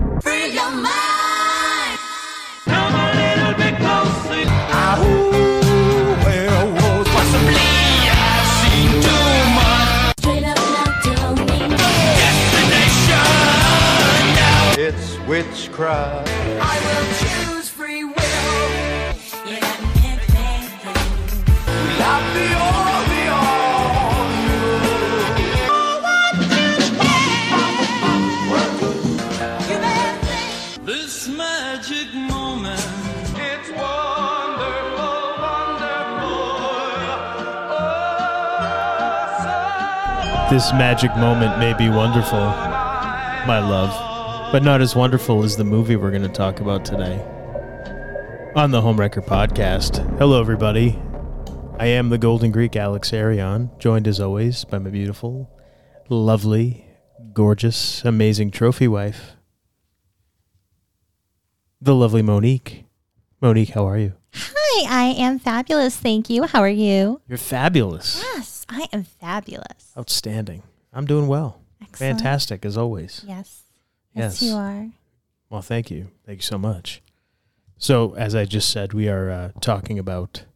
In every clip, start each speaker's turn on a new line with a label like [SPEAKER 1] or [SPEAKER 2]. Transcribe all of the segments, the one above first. [SPEAKER 1] don't mind.
[SPEAKER 2] Come a little bit closer.
[SPEAKER 3] Ah, ooh, well, well, possibly I've seen too much
[SPEAKER 1] Straight up now, tell me.
[SPEAKER 3] destination.
[SPEAKER 4] It's witchcraft.
[SPEAKER 3] I will choose free will.
[SPEAKER 1] You got me picked,
[SPEAKER 3] Not the all, the all.
[SPEAKER 2] This magic moment.
[SPEAKER 3] It's wonderful, wonderful. Oh,
[SPEAKER 5] This magic moment may be wonderful, my love, but not as wonderful as the movie we're going to talk about today on the Homewrecker Podcast. Hello, everybody. I am the Golden Greek Alex Arion, joined as always by my beautiful, lovely, gorgeous, amazing trophy wife, the lovely Monique. Monique, how are you?
[SPEAKER 6] Hi, I am fabulous. Thank you. How are you?
[SPEAKER 5] You're fabulous.
[SPEAKER 6] Yes, I am fabulous.
[SPEAKER 5] Outstanding. I'm doing well.
[SPEAKER 6] Excellent.
[SPEAKER 5] Fantastic, as always.
[SPEAKER 6] Yes.
[SPEAKER 5] Yes.
[SPEAKER 6] Yes, you are.
[SPEAKER 5] Well, thank you. Thank you so much. So, as I just said, we are uh, talking about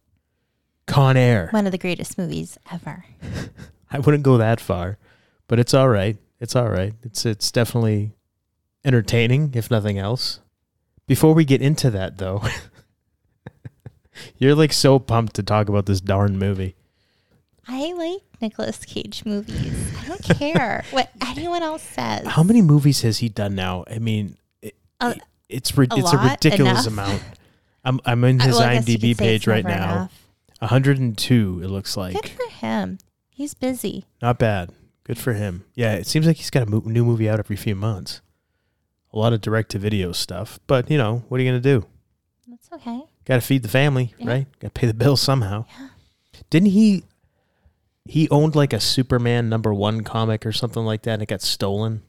[SPEAKER 5] Con Air.
[SPEAKER 6] One of the greatest movies ever.
[SPEAKER 5] I wouldn't go that far, but it's all right. It's all right. It's it's definitely entertaining, if nothing else. Before we get into that, though, you're like so pumped to talk about this darn movie.
[SPEAKER 6] I like Nicolas Cage movies. I don't care what anyone else says.
[SPEAKER 5] How many movies has he done now? I mean, it,
[SPEAKER 6] A-
[SPEAKER 5] it's ri-
[SPEAKER 6] a
[SPEAKER 5] it's a
[SPEAKER 6] lot,
[SPEAKER 5] ridiculous
[SPEAKER 6] enough.
[SPEAKER 5] amount. I'm I'm in
[SPEAKER 6] I-
[SPEAKER 5] his
[SPEAKER 6] Uh, well, I guess you
[SPEAKER 5] IMDb
[SPEAKER 6] could say
[SPEAKER 5] page
[SPEAKER 6] it's
[SPEAKER 5] right
[SPEAKER 6] never
[SPEAKER 5] now.
[SPEAKER 6] enough.
[SPEAKER 5] 102 it looks like
[SPEAKER 6] Good for him. He's busy.
[SPEAKER 5] not bad good for him yeah it seems like he's got a mo- new movie out every few months a lot of direct to video stuff but you know what are you going to do
[SPEAKER 6] That's okay.
[SPEAKER 5] got to feed the family
[SPEAKER 6] Yeah.
[SPEAKER 5] right got to pay the bills somehow didn't he he owned like a superman number one comic or something like that and it got stolen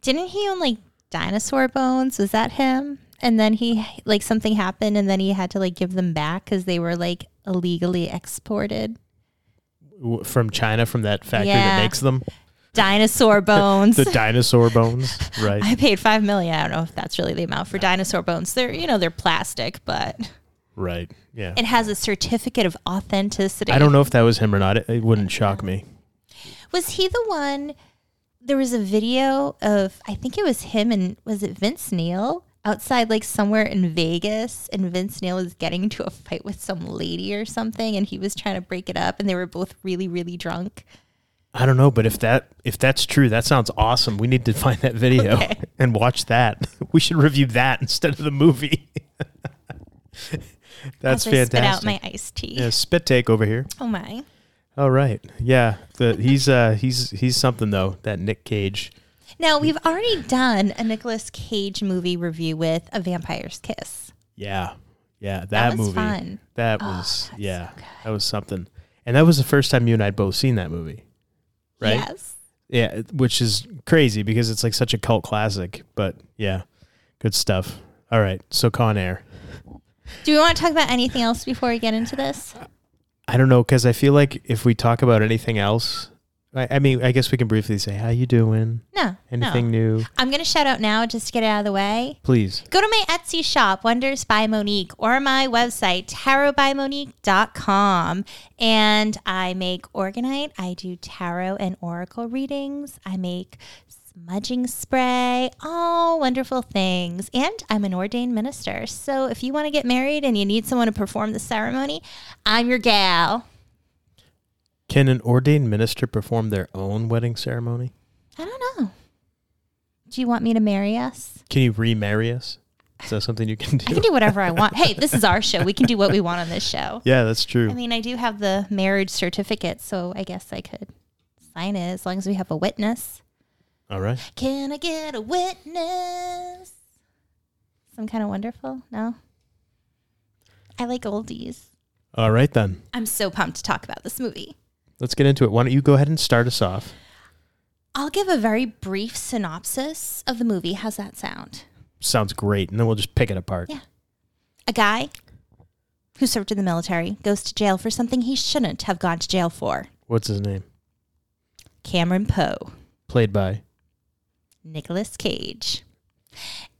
[SPEAKER 6] Didn't he own like dinosaur bones? Was that him? And then he like something happened, and then he had to like give them back because they were like illegally exported.
[SPEAKER 5] w- from china from that factory that
[SPEAKER 6] Yeah.
[SPEAKER 5] makes them
[SPEAKER 6] Dinosaur bones.
[SPEAKER 5] the dinosaur bones right
[SPEAKER 6] I paid five million. I don't know if that's really the amount for dinosaur bones. They're you know they're plastic, but
[SPEAKER 5] right yeah
[SPEAKER 6] it has a certificate of authenticity.
[SPEAKER 5] i don't know if that was him or not it, it wouldn't shock me
[SPEAKER 6] Was he the one? There was a video of I think it was him and was it Vince Neil outside like somewhere in Vegas, and Vince Neil was getting into a fight with some lady or something, and he was trying to break it up, and they were both really really drunk.
[SPEAKER 5] I don't know, but if that if that's true, that sounds awesome. We need to find that video
[SPEAKER 6] Okay.
[SPEAKER 5] and watch that. We should review that instead of the movie. that's
[SPEAKER 6] as
[SPEAKER 5] fantastic.
[SPEAKER 6] I spit out my iced tea.
[SPEAKER 5] yeah, spit take over here.
[SPEAKER 6] Oh my!
[SPEAKER 5] All right. Yeah, the, he's uh he's he's something though. That Nick Cage.
[SPEAKER 6] Now we've already done a Nicolas Cage movie review with A Vampire's Kiss.
[SPEAKER 5] Yeah. Yeah, that,
[SPEAKER 6] was
[SPEAKER 5] movie.
[SPEAKER 6] fun. Oh,
[SPEAKER 5] That was yeah. that was something. And that was the first time you and I had both seen that movie. Right?
[SPEAKER 6] Yes.
[SPEAKER 5] Yeah, it- which is crazy because it's like such a cult classic. But yeah, good stuff. All right, so Con Air.
[SPEAKER 6] Do we want to talk about anything else before we get into this?
[SPEAKER 5] I don't know because I feel like if we talk about anything else, I, I mean, I guess we can briefly say how you doing,
[SPEAKER 6] No.
[SPEAKER 5] anything
[SPEAKER 6] no.
[SPEAKER 5] new,
[SPEAKER 6] I'm going to shout out now just to get it out of the way.
[SPEAKER 5] please.
[SPEAKER 6] Go to my Etsy shop, Wonders by Monique, or my website, tarotbymonique.com. And I make organite, I do tarot and oracle readings, I make smudging spray, all wonderful things. And I'm an ordained minister. So if you want to get married and you need someone to perform the ceremony, I'm your gal.
[SPEAKER 5] Can an ordained minister perform their own wedding ceremony?
[SPEAKER 6] I don't know. Do you want me to marry us?
[SPEAKER 5] Can you remarry us? Is that something you can do?
[SPEAKER 6] I can do whatever I want. Hey, this is our show. We can do what we want on this show.
[SPEAKER 5] yeah, that's true.
[SPEAKER 6] I mean, I do have the marriage certificate, so I guess I could sign it as long as we have a witness.
[SPEAKER 5] All right.
[SPEAKER 6] Can I get a witness? Some kind of wonderful? No. I like oldies.
[SPEAKER 5] All right then.
[SPEAKER 6] I'm so pumped to talk about this movie.
[SPEAKER 5] Let's get into it. Why don't you go ahead and start us off?
[SPEAKER 6] I'll give a very brief synopsis of the movie. How's that sound?
[SPEAKER 5] Sounds great, and then we'll just pick it apart.
[SPEAKER 6] Yeah. A guy who served in the military goes to jail for something he shouldn't have gone to jail for.
[SPEAKER 5] What's his name?
[SPEAKER 6] Cameron Poe,
[SPEAKER 5] Played by
[SPEAKER 6] Nicolas Cage.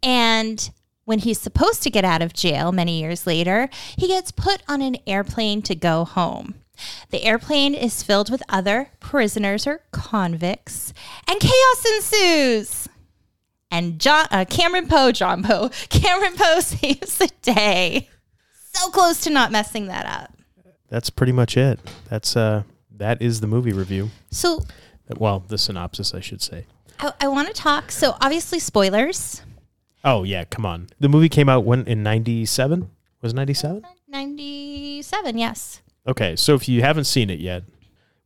[SPEAKER 6] And when he's supposed to get out of jail many years later, he gets put on an airplane to go home. The airplane is filled with other prisoners or convicts, and chaos ensues. And John, uh, Cameron Poe, John Poe, Cameron Poe saves the day. So close to not messing that up.
[SPEAKER 5] That's pretty much it. That's uh, that is the movie review.
[SPEAKER 6] So
[SPEAKER 5] Well, the synopsis, I should say.
[SPEAKER 6] I, I want to talk. So obviously, spoilers.
[SPEAKER 5] Oh yeah, come on. The movie came out when in '97. Was '97?
[SPEAKER 6] Ninety-seven, yes.
[SPEAKER 5] Okay, so if you haven't seen it yet,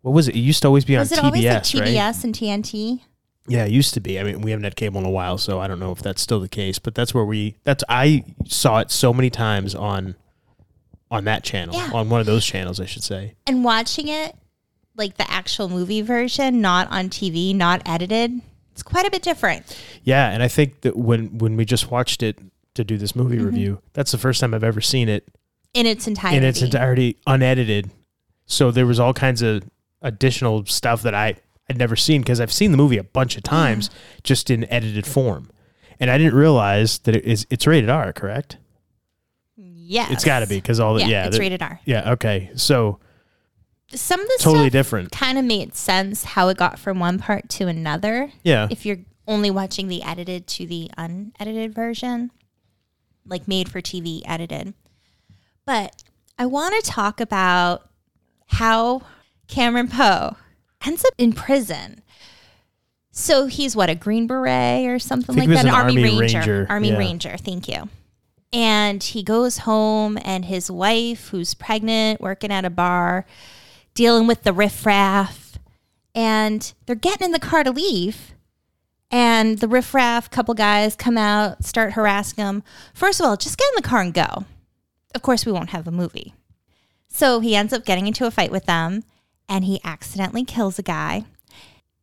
[SPEAKER 5] what was it? It used to always be on
[SPEAKER 6] Was it
[SPEAKER 5] TBS,
[SPEAKER 6] always like TBS
[SPEAKER 5] right?
[SPEAKER 6] and TNT?
[SPEAKER 5] Yeah, it used to be. I mean, we haven't had cable in a while, so I don't know if that's still the case. But that's where we. That's I saw it so many times on, on that channel,
[SPEAKER 6] Yeah.
[SPEAKER 5] on one of those channels, I should say.
[SPEAKER 6] And watching it, like the actual movie version, not on TV, not edited, it's quite a bit different.
[SPEAKER 5] Yeah, and I think that when when we just watched it to do this movie
[SPEAKER 6] Mm-hmm.
[SPEAKER 5] review, that's the first time I've ever seen it
[SPEAKER 6] In its entirety.
[SPEAKER 5] in its entirety, unedited. So there was all kinds of additional stuff that I had never seen because I've seen the movie a bunch of times, just in edited form, and I didn't realize that it is it's rated R, correct?
[SPEAKER 6] Yes.
[SPEAKER 5] It's got to be because all the
[SPEAKER 6] Yeah,
[SPEAKER 5] yeah,
[SPEAKER 6] it's
[SPEAKER 5] the-
[SPEAKER 6] rated R.
[SPEAKER 5] Yeah, okay, so
[SPEAKER 6] Some of the
[SPEAKER 5] totally
[SPEAKER 6] stuff
[SPEAKER 5] different.
[SPEAKER 6] kind of made sense how it got from one part to another.
[SPEAKER 5] Yeah,
[SPEAKER 6] If you're only watching the edited to the unedited version, like made for TV edited. But I want to talk about how Cameron Poe ends up in prison. So he's what, a Green Beret or something
[SPEAKER 5] Think
[SPEAKER 6] like
[SPEAKER 5] he was
[SPEAKER 6] that?
[SPEAKER 5] an Army Ranger,
[SPEAKER 6] Army
[SPEAKER 5] yeah.
[SPEAKER 6] Ranger, thank you. And he goes home, and his wife, who's pregnant, working at a bar, dealing with the riffraff, and they're getting in the car to leave. And the riffraff, couple guys come out, start harassing him. First of all, just get in the car and go. Of course, we won't have a movie. So he ends up getting into a fight with them and he accidentally kills a guy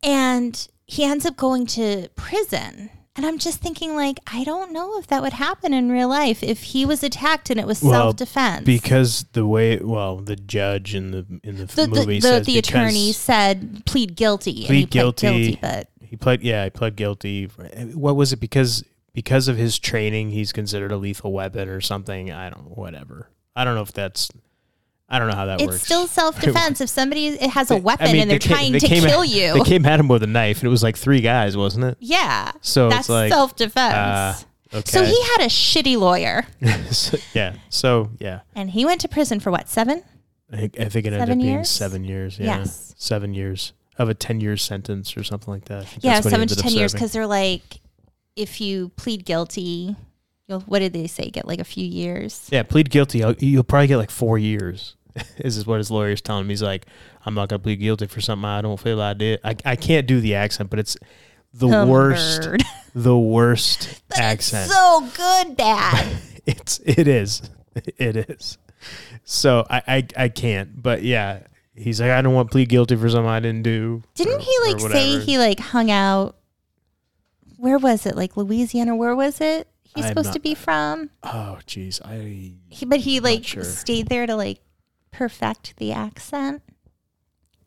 [SPEAKER 6] and he ends up going to prison. And I'm just thinking, like, I don't know if that would happen in real life if he was attacked and it was self defense.
[SPEAKER 5] because the way well the judge in the in the,
[SPEAKER 6] the, the,
[SPEAKER 5] movie
[SPEAKER 6] the,
[SPEAKER 5] says
[SPEAKER 6] the
[SPEAKER 5] because-
[SPEAKER 6] attorney said plead guilty. and he
[SPEAKER 5] Plead
[SPEAKER 6] pled
[SPEAKER 5] guilty.
[SPEAKER 6] But
[SPEAKER 5] He pled, yeah, he pled guilty. What was it? Because because of his training, he's considered a lethal weapon or something. I don't, whatever. I don't know if that's, I don't know how that
[SPEAKER 6] it's
[SPEAKER 5] works.
[SPEAKER 6] still self defense. if somebody it has a weapon
[SPEAKER 5] I mean,
[SPEAKER 6] and they're
[SPEAKER 5] they ca-
[SPEAKER 6] trying
[SPEAKER 5] they
[SPEAKER 6] to
[SPEAKER 5] came at-
[SPEAKER 6] kill you,
[SPEAKER 5] They came at him with a knife, and it was like three guys, wasn't it?
[SPEAKER 6] yeah,
[SPEAKER 5] So it's
[SPEAKER 6] that's
[SPEAKER 5] like,
[SPEAKER 6] self defense.
[SPEAKER 5] uh, okay.
[SPEAKER 6] So he had a shitty lawyer,
[SPEAKER 5] So- yeah. So yeah,
[SPEAKER 6] and he went to prison for what seven?
[SPEAKER 5] I think, I think it ended
[SPEAKER 6] Seven
[SPEAKER 5] up being
[SPEAKER 6] years?
[SPEAKER 5] seven years. Yeah,
[SPEAKER 6] Yes.
[SPEAKER 5] seven years of a ten-year sentence or something like that. I think
[SPEAKER 6] Yeah,
[SPEAKER 5] that's what he
[SPEAKER 6] seven to
[SPEAKER 5] ended up
[SPEAKER 6] ten years
[SPEAKER 5] serving.
[SPEAKER 6] because they're like, if you plead guilty, you'll what did they say? Get like a few years.
[SPEAKER 5] Yeah, plead guilty. I'll- You'll probably get like four years. This is what his lawyer's telling him. He's like, I'm not gonna plead guilty for something I don't feel I did. I, I can't do the accent, but it's the
[SPEAKER 6] Oh,
[SPEAKER 5] worst,
[SPEAKER 6] Hummingbird.
[SPEAKER 5] the worst accent.
[SPEAKER 6] So good, bad.
[SPEAKER 5] it's it is, it is. So I, I I can't. But yeah, he's like, I don't want to plead guilty for something I didn't do. or-
[SPEAKER 6] Didn't he
[SPEAKER 5] or
[SPEAKER 6] like say
[SPEAKER 5] whatever.
[SPEAKER 6] he like hung out? Where was it? Like Louisiana? Where was it? He's
[SPEAKER 5] I'm
[SPEAKER 6] supposed to
[SPEAKER 5] not-
[SPEAKER 6] be from.
[SPEAKER 5] Oh, jeez, I
[SPEAKER 6] He, but he like
[SPEAKER 5] sure.
[SPEAKER 6] stayed there to like perfect the accent.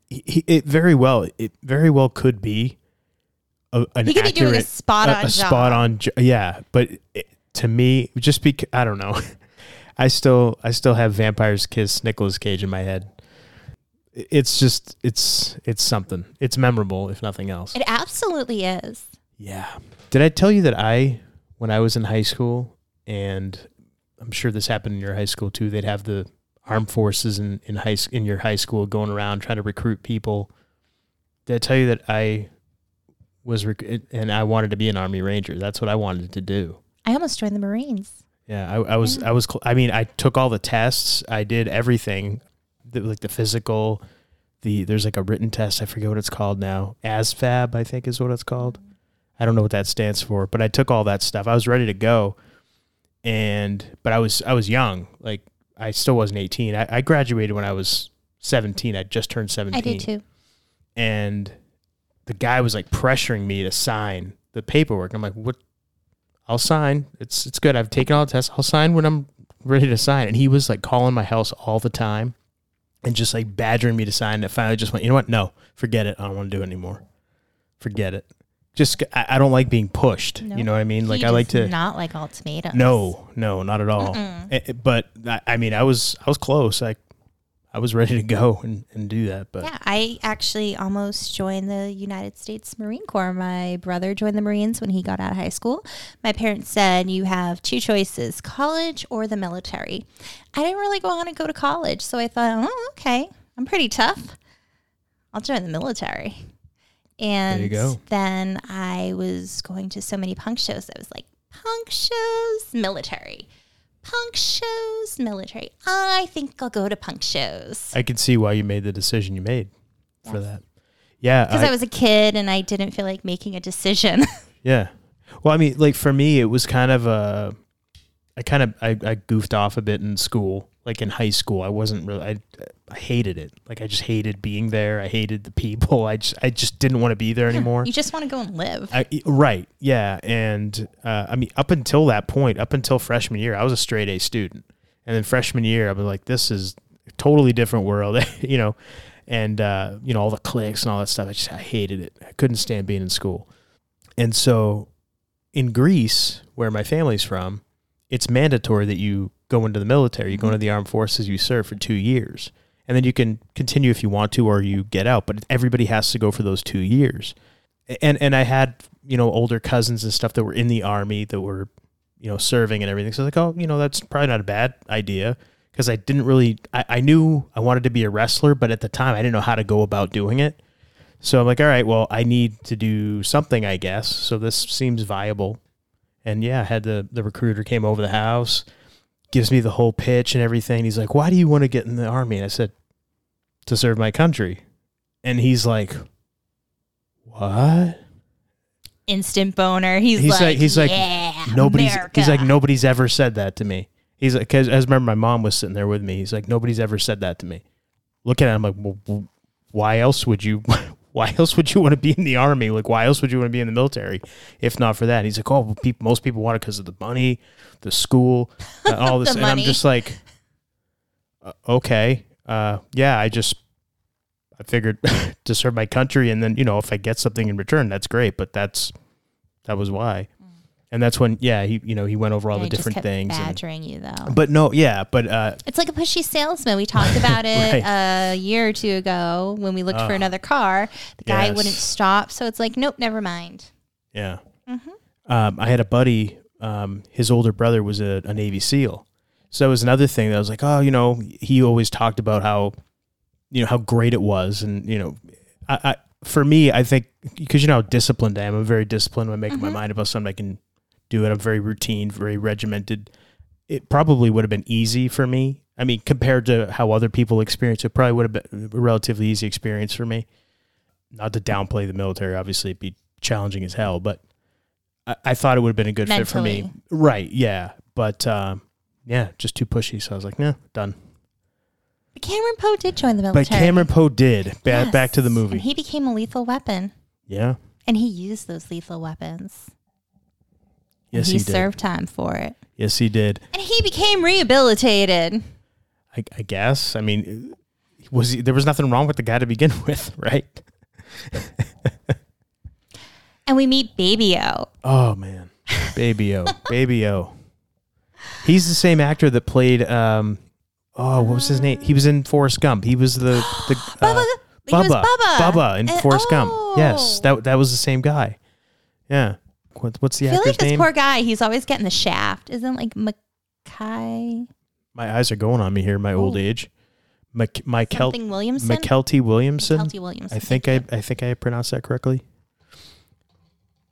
[SPEAKER 5] he, he- it very well it very well could be a, an
[SPEAKER 6] He could be
[SPEAKER 5] accurate,
[SPEAKER 6] doing a spot-on
[SPEAKER 5] a
[SPEAKER 6] job.
[SPEAKER 5] spot on jo- yeah but it, to me just because I don't know I still I still have vampires kiss Nicolas Cage in my head I- it's just it's it's something it's memorable if nothing else
[SPEAKER 6] It absolutely is.
[SPEAKER 5] yeah did I tell you that I when I was in high school and I'm sure this happened in your high school too they'd have the armed forces in in high s- in your high school going around trying to recruit people did I tell you that I was rec- and I wanted to be an Army Ranger? That's what I wanted to do.
[SPEAKER 6] I almost joined the Marines.
[SPEAKER 5] Yeah, I, I was, I was, cl- I mean, I took all the tests, I did everything, the, like the physical, the there's like a written test. I forget what it's called now. ASFAB, I think, is what it's called. I don't know what that stands for, but I took all that stuff. I was ready to go, and but I was, I was young. Like I still wasn't 18. I, I graduated when I was 17. I just turned 17
[SPEAKER 6] I did too.
[SPEAKER 5] and the guy was like pressuring me to sign the paperwork. I'm like, what? I'll sign. It's it's good. I've taken all the tests. I'll sign when I'm ready to sign. And he was like calling my house all the time and just like badgering me to sign. And I finally just went, you know what? No, forget it. I don't want to do it anymore. Forget it. just I, I don't like being pushed. You know what I mean? Like
[SPEAKER 6] He
[SPEAKER 5] I like
[SPEAKER 6] does
[SPEAKER 5] to
[SPEAKER 6] not like ultimatums.
[SPEAKER 5] No, no, not at all. Eh, eh, but I, I mean, I was I was close. I I was ready to go and, and do that, but
[SPEAKER 6] Yeah, I actually almost joined the United States Marine Corps. My brother joined the Marines when he got out of high school. My parents said, You have two choices college or the military. I didn't really want to go to college, so I thought, Oh, okay, I'm pretty tough. I'll join the military. And
[SPEAKER 5] you go.
[SPEAKER 6] then I was going to so many punk shows that was like, Punk shows, military. Punk shows, military. I think I'll go to punk shows.
[SPEAKER 5] I could see why you made the decision you made for that. Yeah,
[SPEAKER 6] because I, was a kid and I didn't feel like making a decision.
[SPEAKER 5] Yeah. Well, I mean, like for me, it was kind of a, I kind of I, I goofed off a bit in school, like in high school. I wasn't really I, I hated it. Like I just hated being there. I hated the people. I just I just didn't want to be there anymore.
[SPEAKER 6] you just want to go and live.
[SPEAKER 5] I, right. Yeah. And uh, I mean, up until that point, up until freshman year, I was a straight A student. And then freshman year, I was like, this is a totally different world, you know, and, uh, you know, all the cliques and all that stuff. I just, I hated it. I couldn't stand being in school. And so in Greece, where my family's from, it's mandatory that you go into the military, you go into the armed forces, you serve for two years. And then you can continue if you want to, or you get out. But everybody has to go for those two years and and I had you know older cousins and stuff that were in the army that were you know serving and everything. So I was like, oh, you know, that's probably not a bad idea because I didn't really I, I knew I wanted to be a wrestler, but at the time I didn't know how to go about doing it. So I'm like, all right, well, I need to do something, I guess. So this seems viable. And yeah, I had the the recruiter came over the house, gives me the whole pitch and everything. He's like, why do you want to get in the army? And I said, to serve my country. And he's like, what?
[SPEAKER 6] Instant boner. He's,
[SPEAKER 5] he's
[SPEAKER 6] like,
[SPEAKER 5] like, he's like
[SPEAKER 6] yeah,
[SPEAKER 5] nobody's
[SPEAKER 6] America."
[SPEAKER 5] he's like nobody's ever said that to me. He's like because I remember my mom was sitting there with me. He's like nobody's ever said that to me. Looking at him like well, w- why else would you why else would you want to be in the army? Like why else would you want to be in the military if not for that? He's like oh well, peop most people want it because of the money, the school, uh, all this,
[SPEAKER 6] The
[SPEAKER 5] and I'm
[SPEAKER 6] money.
[SPEAKER 5] just like uh, okay, uh, yeah, I just. I figured to serve my country, and then you know if I get something in return, that's great. But that's that was why. And that's when, yeah, he, you know, he went over all
[SPEAKER 6] And
[SPEAKER 5] the
[SPEAKER 6] I Mm. just
[SPEAKER 5] different
[SPEAKER 6] kept
[SPEAKER 5] things. and-
[SPEAKER 6] Badgering you though.
[SPEAKER 5] but no, yeah, but uh,
[SPEAKER 6] It's like a pushy salesman. We talked about it a year or two ago when we looked for another car. The guy
[SPEAKER 5] Ah. yes.
[SPEAKER 6] wouldn't stop, so it's like, nope, never mind.
[SPEAKER 5] yeah.
[SPEAKER 6] Mm-hmm.
[SPEAKER 5] Um, I had a buddy. Um, his older brother was a, a Navy SEAL, so that was another thing that I was like, oh, you know, he always talked about how, you know, how great it was, and you know, I, I for me, I think because you know how disciplined I am. I'm very disciplined when making my mind about something. I can do it. I'm very routine, very regimented. It probably would have been easy for me. I mean, compared to how other people experience it, probably would have been a relatively easy experience for me. Not to downplay the military, obviously, it'd be challenging as hell, but I, I thought it would have been a good fit for me.
[SPEAKER 6] Mentally.
[SPEAKER 5] Right. Yeah. But um, yeah, just too pushy. So I was like, nah, done.
[SPEAKER 6] But Cameron Poe did join the military.
[SPEAKER 5] But Cameron Poe did. Ba-
[SPEAKER 6] Yes.
[SPEAKER 5] Back to the movie.
[SPEAKER 6] And he became a lethal weapon,
[SPEAKER 5] yeah.
[SPEAKER 6] and he used those lethal weapons.
[SPEAKER 5] Yes,
[SPEAKER 6] he,
[SPEAKER 5] he, did.
[SPEAKER 6] served time for it,
[SPEAKER 5] Yes, he did.
[SPEAKER 6] and he became rehabilitated.
[SPEAKER 5] I, I guess. I mean, was he, there was nothing wrong with the guy to begin with, right?
[SPEAKER 6] And we meet Baby O.
[SPEAKER 5] Oh man, Baby O, Baby O. He's the same actor that played. Um, oh, what was his name? He was in Forrest Gump. He was the the uh,
[SPEAKER 6] Bubba. He was Bubba.
[SPEAKER 5] Bubba in
[SPEAKER 6] And-
[SPEAKER 5] Forrest Gump. Yes,
[SPEAKER 6] oh.
[SPEAKER 5] that that was the same guy. Yeah. What, what's the
[SPEAKER 6] I feel
[SPEAKER 5] actor's
[SPEAKER 6] like this
[SPEAKER 5] name?
[SPEAKER 6] poor guy, he's always getting the shaft. Isn't like Mackay
[SPEAKER 5] my eyes are going on me here. in My old
[SPEAKER 6] Oh.
[SPEAKER 5] age. Mc, Michael
[SPEAKER 6] something Williamson?
[SPEAKER 5] McKelty Williamson.
[SPEAKER 6] McKelty Williamson.
[SPEAKER 5] I think I I think I pronounced that correctly.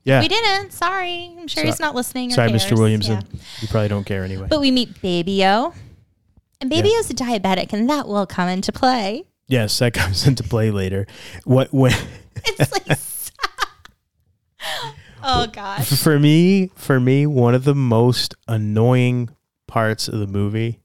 [SPEAKER 5] Yeah.
[SPEAKER 6] We didn't. Sorry. I'm sure
[SPEAKER 5] So-
[SPEAKER 6] he's not listening. or
[SPEAKER 5] Sorry,
[SPEAKER 6] cares.
[SPEAKER 5] Mr. Williamson.
[SPEAKER 6] Yeah.
[SPEAKER 5] You probably don't care anyway.
[SPEAKER 6] But we meet Baby O. And Baby
[SPEAKER 5] Yeah.
[SPEAKER 6] O's a diabetic, and that will come into play.
[SPEAKER 5] yes, that comes into play later. What when
[SPEAKER 6] It's like. oh, gosh.
[SPEAKER 5] for me, for me, one of the most annoying parts of the movie,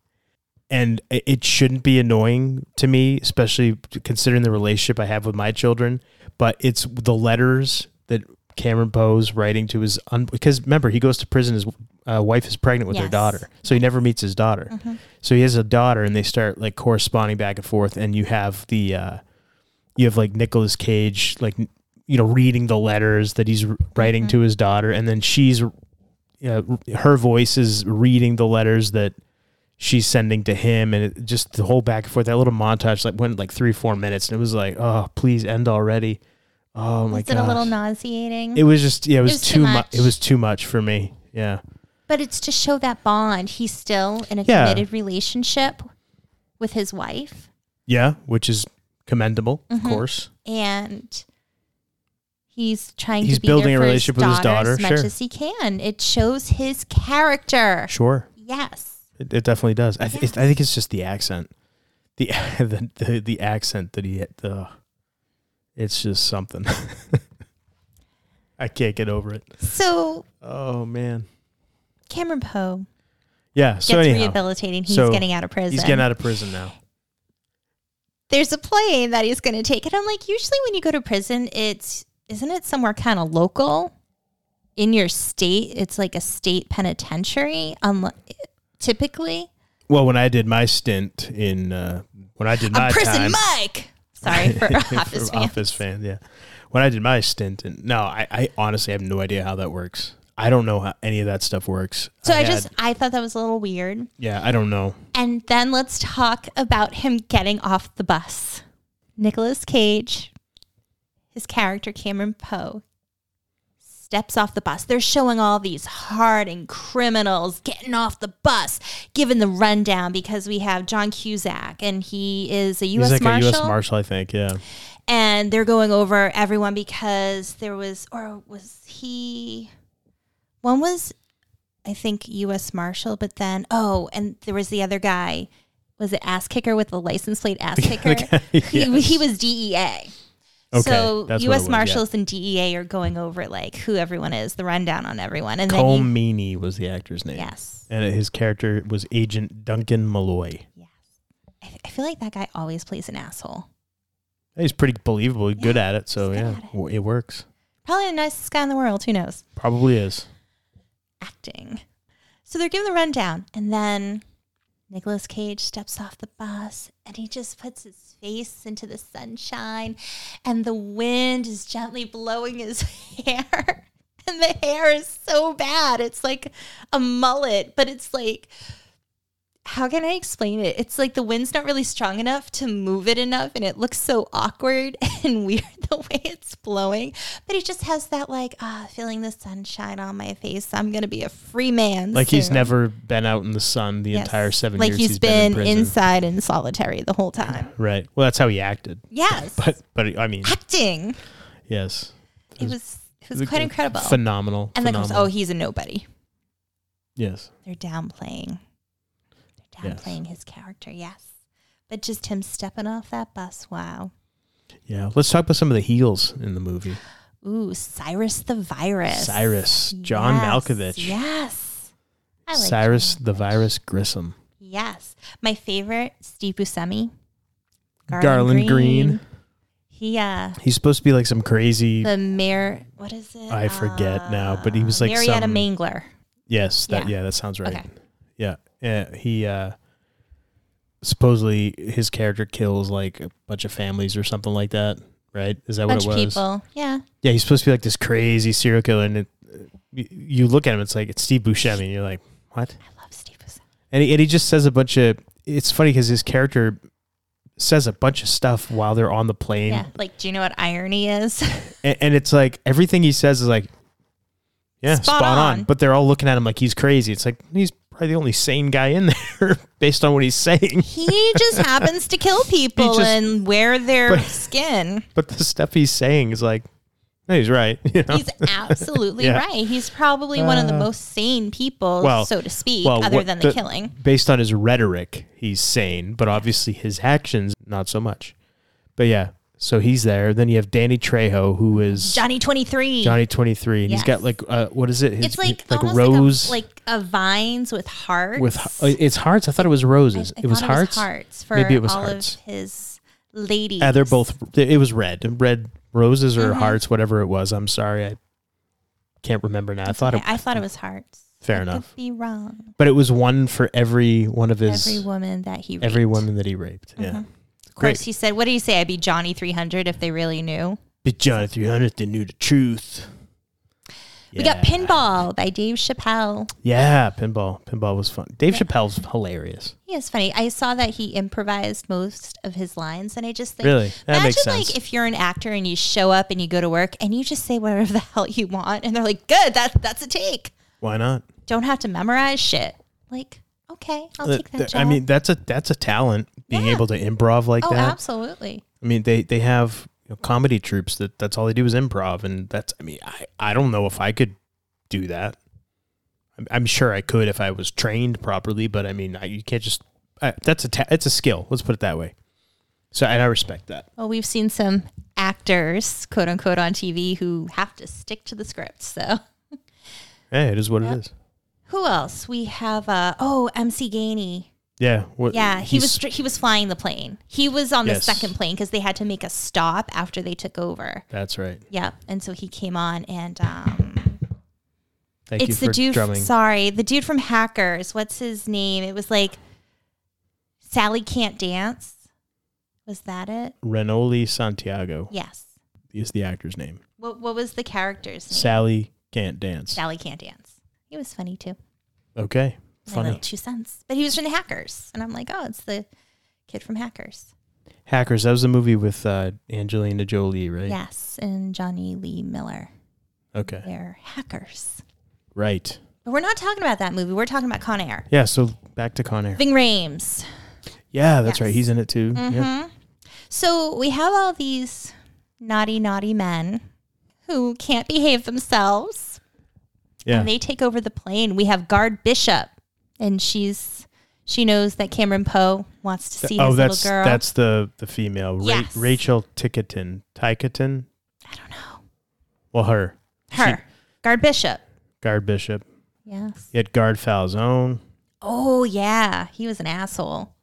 [SPEAKER 5] and i- it shouldn't be annoying to me, especially considering the relationship I have with my children. But it's the letters that Cameron Poe's writing to his un- because remember he goes to prison. His uh, wife is pregnant with their
[SPEAKER 6] Yes.
[SPEAKER 5] daughter, so he never meets his daughter. So he has a daughter, and they start like corresponding back and forth. And you have the uh, you have like Nicolas Cage, like n- you know, reading the letters that he's r- writing to his daughter, and then she's, uh, r- her voice is reading the letters that she's sending to him, and it, just the whole back and forth. That little montage like went like three, four minutes, and it was like, oh, please end already. Oh my
[SPEAKER 6] Is it a little
[SPEAKER 5] gosh.
[SPEAKER 6] nauseating?
[SPEAKER 5] It was just yeah, it was,
[SPEAKER 6] was too
[SPEAKER 5] too, much.
[SPEAKER 6] much.
[SPEAKER 5] It was too much for me. Yeah,
[SPEAKER 6] but it's to show that bond. He's still in a
[SPEAKER 5] Yeah.
[SPEAKER 6] committed relationship with his wife.
[SPEAKER 5] yeah, which is commendable,
[SPEAKER 6] Mm-hmm.
[SPEAKER 5] of course.
[SPEAKER 6] and he's trying
[SPEAKER 5] He's
[SPEAKER 6] to be
[SPEAKER 5] building
[SPEAKER 6] there
[SPEAKER 5] a
[SPEAKER 6] for
[SPEAKER 5] relationship with his daughter,
[SPEAKER 6] as much
[SPEAKER 5] sure.
[SPEAKER 6] as he can. It shows his character.
[SPEAKER 5] Sure,
[SPEAKER 6] Yes.
[SPEAKER 5] it, it definitely does. I, th- I think it's just the accent, the the the, the accent that he had. Uh, it's just something. I can't get over it.
[SPEAKER 6] So
[SPEAKER 5] Oh man,
[SPEAKER 6] Cameron Poe
[SPEAKER 5] yeah.
[SPEAKER 6] gets
[SPEAKER 5] So anyhow,
[SPEAKER 6] rehabilitated. He's
[SPEAKER 5] so
[SPEAKER 6] getting out of prison.
[SPEAKER 5] he's getting out of prison now.
[SPEAKER 6] There's a plane that he's going to take, and I'm like, usually when you go to prison, it's isn't it somewhere kind of local in your state? It's like a state penitentiary, unlike typically.
[SPEAKER 5] Well, when I did my stint in uh, when I did my
[SPEAKER 6] a prison
[SPEAKER 5] time,
[SPEAKER 6] Mike. Sorry for office
[SPEAKER 5] for
[SPEAKER 6] fans.
[SPEAKER 5] Office fan, yeah. When I did my stint, and no, I, I honestly have no idea how that works. I don't know how any of that stuff works.
[SPEAKER 6] So I
[SPEAKER 5] had-
[SPEAKER 6] just I thought that was a little weird.
[SPEAKER 5] yeah, I don't know.
[SPEAKER 6] And then let's talk about him getting off the bus. Nicolas Cage, his character Cameron Poe, steps off the bus. They're showing all these hardened criminals getting off the bus, given the rundown because we have John Cusack and he is a U.S.
[SPEAKER 5] He's like
[SPEAKER 6] Marshal.
[SPEAKER 5] a U.S. Marshal, I think. Yeah,
[SPEAKER 6] and they're going over everyone because there was or was he one was I think US Marshal but then oh and there was the other guy was it ass kicker with the license plate ass kicker
[SPEAKER 5] guy-
[SPEAKER 6] he,
[SPEAKER 5] yes.
[SPEAKER 6] he was DEA
[SPEAKER 5] Okay,
[SPEAKER 6] so
[SPEAKER 5] that's what it
[SPEAKER 6] US
[SPEAKER 5] was,
[SPEAKER 6] Marshals and DEA are going over like who everyone is the rundown on everyone and then
[SPEAKER 5] Cole
[SPEAKER 6] he-
[SPEAKER 5] Meany was the actor's name.
[SPEAKER 6] yes
[SPEAKER 5] and his character was Agent Duncan Malloy.
[SPEAKER 6] I, I feel like that guy always plays an asshole
[SPEAKER 5] He's pretty believable, good at it. So
[SPEAKER 6] good
[SPEAKER 5] yeah,
[SPEAKER 6] at it.
[SPEAKER 5] w- it works.
[SPEAKER 6] probably the nicest guy in the world who knows
[SPEAKER 5] Probably is.
[SPEAKER 6] acting. So they're giving the rundown, and then Nicolas Cage steps off the bus and he just puts his face into the sunshine, and the wind is gently blowing his hair. And the hair is so bad. It's like a mullet, but it's like, how can I explain it? It's like the wind's not really strong enough to move it enough, and it looks so awkward and weird the way it's blowing. But he just has that, like, ah, feeling the sunshine on my face. I'm going to be a free man.
[SPEAKER 5] Like he's
[SPEAKER 6] soon."
[SPEAKER 5] never been out in the sun the
[SPEAKER 6] Yes.
[SPEAKER 5] entire seven
[SPEAKER 6] like
[SPEAKER 5] years.
[SPEAKER 6] he's been,
[SPEAKER 5] in prison.
[SPEAKER 6] inside and solitary the whole time.
[SPEAKER 5] Right. Well, that's how he acted.
[SPEAKER 6] Yes.
[SPEAKER 5] But but I mean,
[SPEAKER 6] Acting.
[SPEAKER 5] yes,
[SPEAKER 6] It was it was quite incredible.
[SPEAKER 5] Phenomenal.
[SPEAKER 6] and then oh, comes,
[SPEAKER 5] phenomenal.
[SPEAKER 6] oh, he's a nobody.
[SPEAKER 5] yes.
[SPEAKER 6] They're downplaying. They're
[SPEAKER 5] Yes.
[SPEAKER 6] downplaying his character, yes. But just him stepping off that bus, wow.
[SPEAKER 5] Yeah, let's talk about some of the heels in the movie.
[SPEAKER 6] Ooh, Cyrus the Virus.
[SPEAKER 5] Cyrus, John
[SPEAKER 6] Yes,
[SPEAKER 5] Malkovich,
[SPEAKER 6] Yes. I like
[SPEAKER 5] Cyrus
[SPEAKER 6] John
[SPEAKER 5] the
[SPEAKER 6] Malkovich.
[SPEAKER 5] Virus Grissom,
[SPEAKER 6] Yes. My favorite, Steve Buscemi.
[SPEAKER 5] Garland Green.
[SPEAKER 6] He, uh,
[SPEAKER 5] He's supposed to be like some crazy.
[SPEAKER 6] the mayor, what is it?
[SPEAKER 5] I forget now, but he
[SPEAKER 6] Uh,
[SPEAKER 5] was like
[SPEAKER 6] Marietta
[SPEAKER 5] some-
[SPEAKER 6] Mangler.
[SPEAKER 5] yes, that
[SPEAKER 6] yeah.
[SPEAKER 5] yeah. that sounds right.
[SPEAKER 6] Okay.
[SPEAKER 5] Yeah, yeah, he uh, supposedly his character kills like a bunch of families or something like that. Right? Is that
[SPEAKER 6] Bunch
[SPEAKER 5] what
[SPEAKER 6] of
[SPEAKER 5] it was?
[SPEAKER 6] people. Yeah.
[SPEAKER 5] Yeah, he's supposed to be like this crazy serial killer, and it, you- you look at him, it's like it's Steve Buscemi, and you're like, what?
[SPEAKER 6] I love Steve Buscemi.
[SPEAKER 5] and he, and he just says a bunch of it's funny because his character says a bunch of stuff while they're on the plane
[SPEAKER 6] Yeah. Like, do you know what irony is?
[SPEAKER 5] and, and it's like everything he says is like yeah
[SPEAKER 6] Spot
[SPEAKER 5] spot, on.
[SPEAKER 6] on.
[SPEAKER 5] but they're all looking at him like he's crazy it's like he's probably the only sane guy in there based on what he's saying
[SPEAKER 6] he just happens to kill people
[SPEAKER 5] He just-
[SPEAKER 6] and wear their
[SPEAKER 5] but-
[SPEAKER 6] skin.
[SPEAKER 5] but the stuff he's saying is like "Yeah, he's right you know?
[SPEAKER 6] He's absolutely
[SPEAKER 5] Yeah. Uh,
[SPEAKER 6] right. He's probably one of the most sane people,
[SPEAKER 5] well,
[SPEAKER 6] so to speak,
[SPEAKER 5] well,
[SPEAKER 6] other
[SPEAKER 5] what
[SPEAKER 6] than the, killing.
[SPEAKER 5] based on his rhetoric he's sane but obviously his actions not so much but yeah so he's there then you have danny trejo who is
[SPEAKER 6] Johnny 23.
[SPEAKER 5] Johnny 23 and he's got
[SPEAKER 6] Yes.
[SPEAKER 5] like uh, what is it? His-
[SPEAKER 6] it's like,
[SPEAKER 5] like
[SPEAKER 6] almost
[SPEAKER 5] rose
[SPEAKER 6] like a, like a vines with hearts.
[SPEAKER 5] with h- uh, it's hearts. I thought it was roses.
[SPEAKER 6] I
[SPEAKER 5] it was
[SPEAKER 6] thought
[SPEAKER 5] hearts.
[SPEAKER 6] hearts for
[SPEAKER 5] Maybe it was
[SPEAKER 6] all
[SPEAKER 5] hearts.
[SPEAKER 6] of his ladies.
[SPEAKER 5] Yeah, Uh, they're both it was red. Red roses
[SPEAKER 6] Mm-hmm.
[SPEAKER 5] or hearts whatever it was. I'm sorry. I can't remember now. I thought
[SPEAKER 6] I,
[SPEAKER 5] it
[SPEAKER 6] I thought it was hearts.
[SPEAKER 5] fair
[SPEAKER 6] I
[SPEAKER 5] enough.
[SPEAKER 6] Could be wrong.
[SPEAKER 5] But it was one for every one of his
[SPEAKER 6] Every woman that he raped. Mm-hmm.
[SPEAKER 5] every woman that he raped. Yeah.
[SPEAKER 6] Of
[SPEAKER 5] Great.
[SPEAKER 6] course, he said, "What do you say? I'd be Johnny 300 if they really knew."
[SPEAKER 5] Big John 300, they knew the truth.
[SPEAKER 6] We got Pinball by Dave Chappelle.
[SPEAKER 5] Yeah, pinball. Pinball was fun. Dave Chappelle's hilarious.
[SPEAKER 6] He is funny. I saw that he improvised most of his lines, and I just think,
[SPEAKER 5] Really? That
[SPEAKER 6] imagine
[SPEAKER 5] makes sense.
[SPEAKER 6] like if you're an actor and you show up and you go to work and you just say whatever the hell you want, and they're like, "Good, that's that's a take.
[SPEAKER 5] Why not?
[SPEAKER 6] Don't have to memorize shit." Like, okay, I'll
[SPEAKER 5] Th-
[SPEAKER 6] take that.
[SPEAKER 5] th-
[SPEAKER 6] job.
[SPEAKER 5] Uh, I mean, that's a that's a talent being
[SPEAKER 6] Yeah.
[SPEAKER 5] able to improv like
[SPEAKER 6] oh,
[SPEAKER 5] that.
[SPEAKER 6] absolutely.
[SPEAKER 5] I mean, they they have you know, comedy troops that that's all they do is improv, and that's. I mean, I I don't know if I could do that. I'm, I'm sure I could if I was trained properly, but I mean, I, you can't just. I, that's a ta- it's a skill. Let's put it that way. So and I respect that.
[SPEAKER 6] Well, we've seen some actors, quote unquote, on TV who have to stick to the script. So,
[SPEAKER 5] Hey, it is what it is.
[SPEAKER 6] who else? We have uh oh, MC Gainey.
[SPEAKER 5] Yeah. What,
[SPEAKER 6] Yeah, he
[SPEAKER 5] he's-
[SPEAKER 6] was he was flying the plane. He was on the
[SPEAKER 5] Yes.
[SPEAKER 6] second plane because they had to make a stop after they took over.
[SPEAKER 5] That's right.
[SPEAKER 6] Yeah, and so he came on, and um,
[SPEAKER 5] Thank
[SPEAKER 6] it's
[SPEAKER 5] you
[SPEAKER 6] the
[SPEAKER 5] for
[SPEAKER 6] dude.
[SPEAKER 5] drumming.
[SPEAKER 6] Sorry, the dude from Hackers. What's his name? It was like Sally can't dance. Was that it?
[SPEAKER 5] Renoli Santiago
[SPEAKER 6] Yes.
[SPEAKER 5] is the actor's name.
[SPEAKER 6] What What was the character's name?
[SPEAKER 5] Sally can't dance.
[SPEAKER 6] Sally can't dance. He was funny too.
[SPEAKER 5] Okay.
[SPEAKER 6] My
[SPEAKER 5] Funny.
[SPEAKER 6] little two cents, but he was from the Hackers, and I'm like, oh, it's the kid from Hackers.
[SPEAKER 5] Hackers. That was the movie with uh, Angelina Jolie, right?
[SPEAKER 6] Yes, and Johnny Lee Miller.
[SPEAKER 5] Okay.
[SPEAKER 6] They're hackers.
[SPEAKER 5] Right.
[SPEAKER 6] But we're not talking about that movie. We're talking about Con Air.
[SPEAKER 5] Yeah. So back to Con Air.
[SPEAKER 6] Ving Rhames.
[SPEAKER 5] Yeah, that's
[SPEAKER 6] Yes. Mm-hmm.
[SPEAKER 5] right. He's in it too. Yeah.
[SPEAKER 6] So we have all these naughty, naughty men who can't behave themselves.
[SPEAKER 5] Yeah.
[SPEAKER 6] And they take over the plane. We have guard Bishop, and she's she knows that Cameron Poe wants to see
[SPEAKER 5] oh,
[SPEAKER 6] his
[SPEAKER 5] that's
[SPEAKER 6] little girl.
[SPEAKER 5] that's the the female. Ra-
[SPEAKER 6] Yes.
[SPEAKER 5] Rachel Tickerton. Tickerton.
[SPEAKER 6] I don't know
[SPEAKER 5] Well, her.
[SPEAKER 6] her guard Bishop.
[SPEAKER 5] Guard Bishop.
[SPEAKER 6] Yes.
[SPEAKER 5] You had guard Falzone.
[SPEAKER 6] Oh yeah, he was an asshole.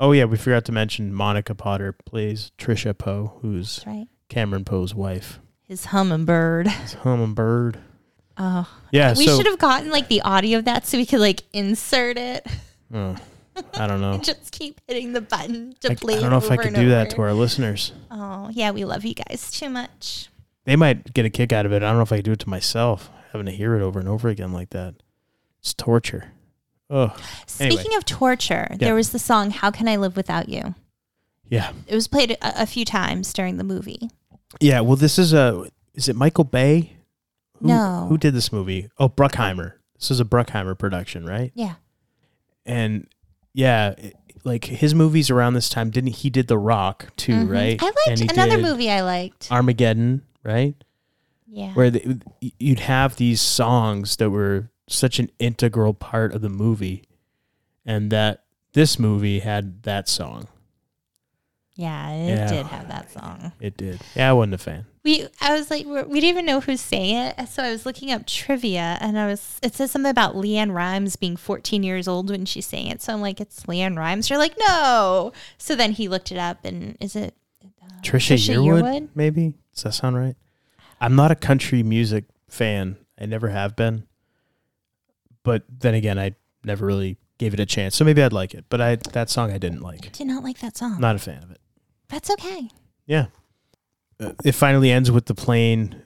[SPEAKER 5] Oh yeah, we forgot to mention Monica Potter plays Trisha Poe, who's
[SPEAKER 6] That's right.
[SPEAKER 5] Cameron Poe's wife.
[SPEAKER 6] His hummingbird.
[SPEAKER 5] It's hummingbird.
[SPEAKER 6] Oh,
[SPEAKER 5] Yeah.
[SPEAKER 6] we
[SPEAKER 5] Uh, so
[SPEAKER 6] should have gotten like the audio of that so we could like insert it.
[SPEAKER 5] Oh, I don't know.
[SPEAKER 6] just keep hitting the button to
[SPEAKER 5] I, I
[SPEAKER 6] play.
[SPEAKER 5] don't know if I
[SPEAKER 6] over
[SPEAKER 5] could
[SPEAKER 6] and
[SPEAKER 5] do that
[SPEAKER 6] over.
[SPEAKER 5] to our listeners.
[SPEAKER 6] Oh yeah, we love you guys too much.
[SPEAKER 5] They might get a kick out of it. I don't know if I could do it to myself, having to hear it over and over again like that. It's torture. Oh, Anyway.
[SPEAKER 6] Speaking of torture,
[SPEAKER 5] Yeah.
[SPEAKER 6] there was the song "How Can I Live Without You."
[SPEAKER 5] yeah.
[SPEAKER 6] It was played a, a few times during the movie.
[SPEAKER 5] Yeah, well, this is a. Is it Michael Bay? Who,
[SPEAKER 6] No.
[SPEAKER 5] Who did this movie? Oh, Bruckheimer. This is a Bruckheimer production, right?
[SPEAKER 6] Yeah,
[SPEAKER 5] And yeah, it- like his movies around this time didn't he did The Rock too,
[SPEAKER 6] Mhm.
[SPEAKER 5] right?
[SPEAKER 6] I
[SPEAKER 5] And
[SPEAKER 6] liked
[SPEAKER 5] he
[SPEAKER 6] another
[SPEAKER 5] did
[SPEAKER 6] movie. I liked.
[SPEAKER 5] Armageddon, right?
[SPEAKER 6] yeah,
[SPEAKER 5] Where the, you'd have these songs that were such an integral part of the movie, and that this movie had that song.
[SPEAKER 6] yeah, it
[SPEAKER 5] Yeah.
[SPEAKER 6] did have that song.
[SPEAKER 5] It did. Yeah, I wasn't a fan.
[SPEAKER 6] We, I was like, we're- we didn't even know who sang it, so I was looking up trivia, and I was, it says something about Leanne Rhymes being 14 years old when she sang it. So I'm like, it's Leanne Rhymes. You're like, no. So then he looked it up, and is it
[SPEAKER 5] Trisha,
[SPEAKER 6] Trisha
[SPEAKER 5] Yearwood,
[SPEAKER 6] Yearwood?
[SPEAKER 5] maybe. Does that sound right? I'm not a country music fan. I never have been. But then again, I never really gave it a chance. So maybe I'd like it. But I that song I didn't like.
[SPEAKER 6] did not like that song.
[SPEAKER 5] Not a fan of it.
[SPEAKER 6] That's okay.
[SPEAKER 5] Yeah. Uh, It finally ends with the plane.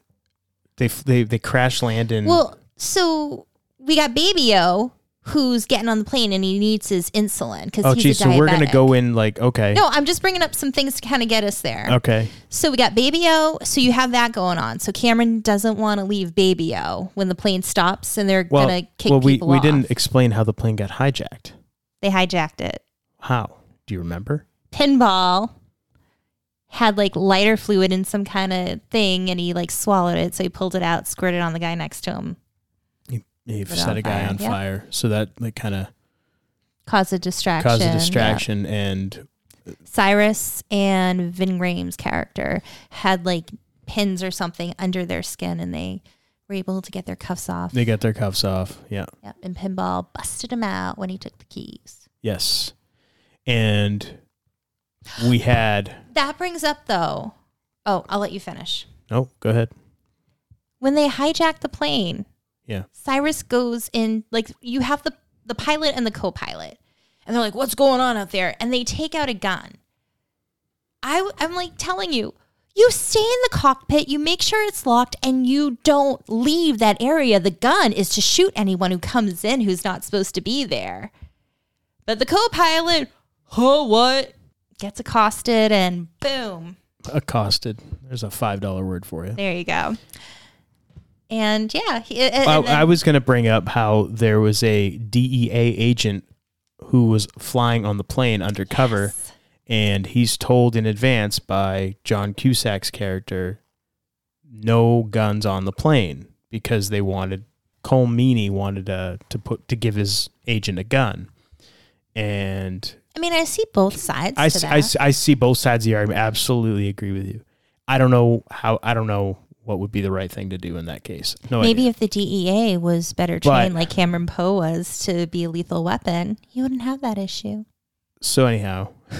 [SPEAKER 5] They f- they they crash land in.
[SPEAKER 6] Well, so we got Baby O who's getting on the plane and he needs his insulin because
[SPEAKER 5] oh
[SPEAKER 6] he's
[SPEAKER 5] geez,
[SPEAKER 6] a
[SPEAKER 5] so
[SPEAKER 6] diabetic.
[SPEAKER 5] we're gonna go in like okay,
[SPEAKER 6] No, I'm just bringing up some things to kind of get us there.
[SPEAKER 5] okay,
[SPEAKER 6] So we got Baby O. So you have that going on. So Cameron doesn't want to leave Baby O when the plane stops and they're
[SPEAKER 5] well,
[SPEAKER 6] gonna kick
[SPEAKER 5] well we
[SPEAKER 6] people
[SPEAKER 5] we
[SPEAKER 6] off.
[SPEAKER 5] didn't explain how the plane got hijacked.
[SPEAKER 6] They hijacked it.
[SPEAKER 5] How do you remember?
[SPEAKER 6] Pinball had like lighter fluid in some kind of thing and he like swallowed it. So he pulled it out, squirted it on the guy next to him,
[SPEAKER 5] You, you
[SPEAKER 6] it
[SPEAKER 5] set
[SPEAKER 6] on
[SPEAKER 5] a guy
[SPEAKER 6] fire,
[SPEAKER 5] on
[SPEAKER 6] yeah.
[SPEAKER 5] fire, so that like kind of
[SPEAKER 6] caused a distraction.
[SPEAKER 5] cause a
[SPEAKER 6] Yeah.
[SPEAKER 5] distraction and
[SPEAKER 6] Cyrus and Vin Graham's character had like pins or something under their skin and they were able to get their cuffs off.
[SPEAKER 5] they got their cuffs off. Yeah.
[SPEAKER 6] Yep. And Pinball busted him out when he took the keys.
[SPEAKER 5] Yes. And we had
[SPEAKER 6] That brings up though. Oh, I'll let you finish.
[SPEAKER 5] Oh, go ahead.
[SPEAKER 6] When they hijack the plane,
[SPEAKER 5] Yeah.
[SPEAKER 6] Cyrus goes in like you have the the pilot and the co-pilot. And they're like, "What's going on out there?" And they take out a gun. I I'm like telling you, You stay in the cockpit, you make sure it's locked, and you don't leave that area. The gun is to shoot anyone who comes in who's not supposed to be there. But the co pilot, huh, what? Gets accosted, and boom,
[SPEAKER 5] Accosted. There's a five dollar word for you.
[SPEAKER 6] there you go. And yeah, he, and
[SPEAKER 5] I,
[SPEAKER 6] then-
[SPEAKER 5] I was going to bring up how there was a DEA agent who was flying on the plane undercover, and he's told in advance by John Cusack's character, no guns on the plane because they wanted Cole Meany wanted uh, to put to give his agent a gun, and
[SPEAKER 6] I mean, I see both sides.
[SPEAKER 5] I,
[SPEAKER 6] to
[SPEAKER 5] s-
[SPEAKER 6] that.
[SPEAKER 5] I s- I see both sides of the argument. Absolutely agree with you. I don't know how I don't know what would be the right thing to do in that case. No, idea.
[SPEAKER 6] Maybe if the DEA was better
[SPEAKER 5] But-
[SPEAKER 6] trained, like Cameron Poe was, to be a lethal weapon, you wouldn't have that issue.
[SPEAKER 5] So anyhow,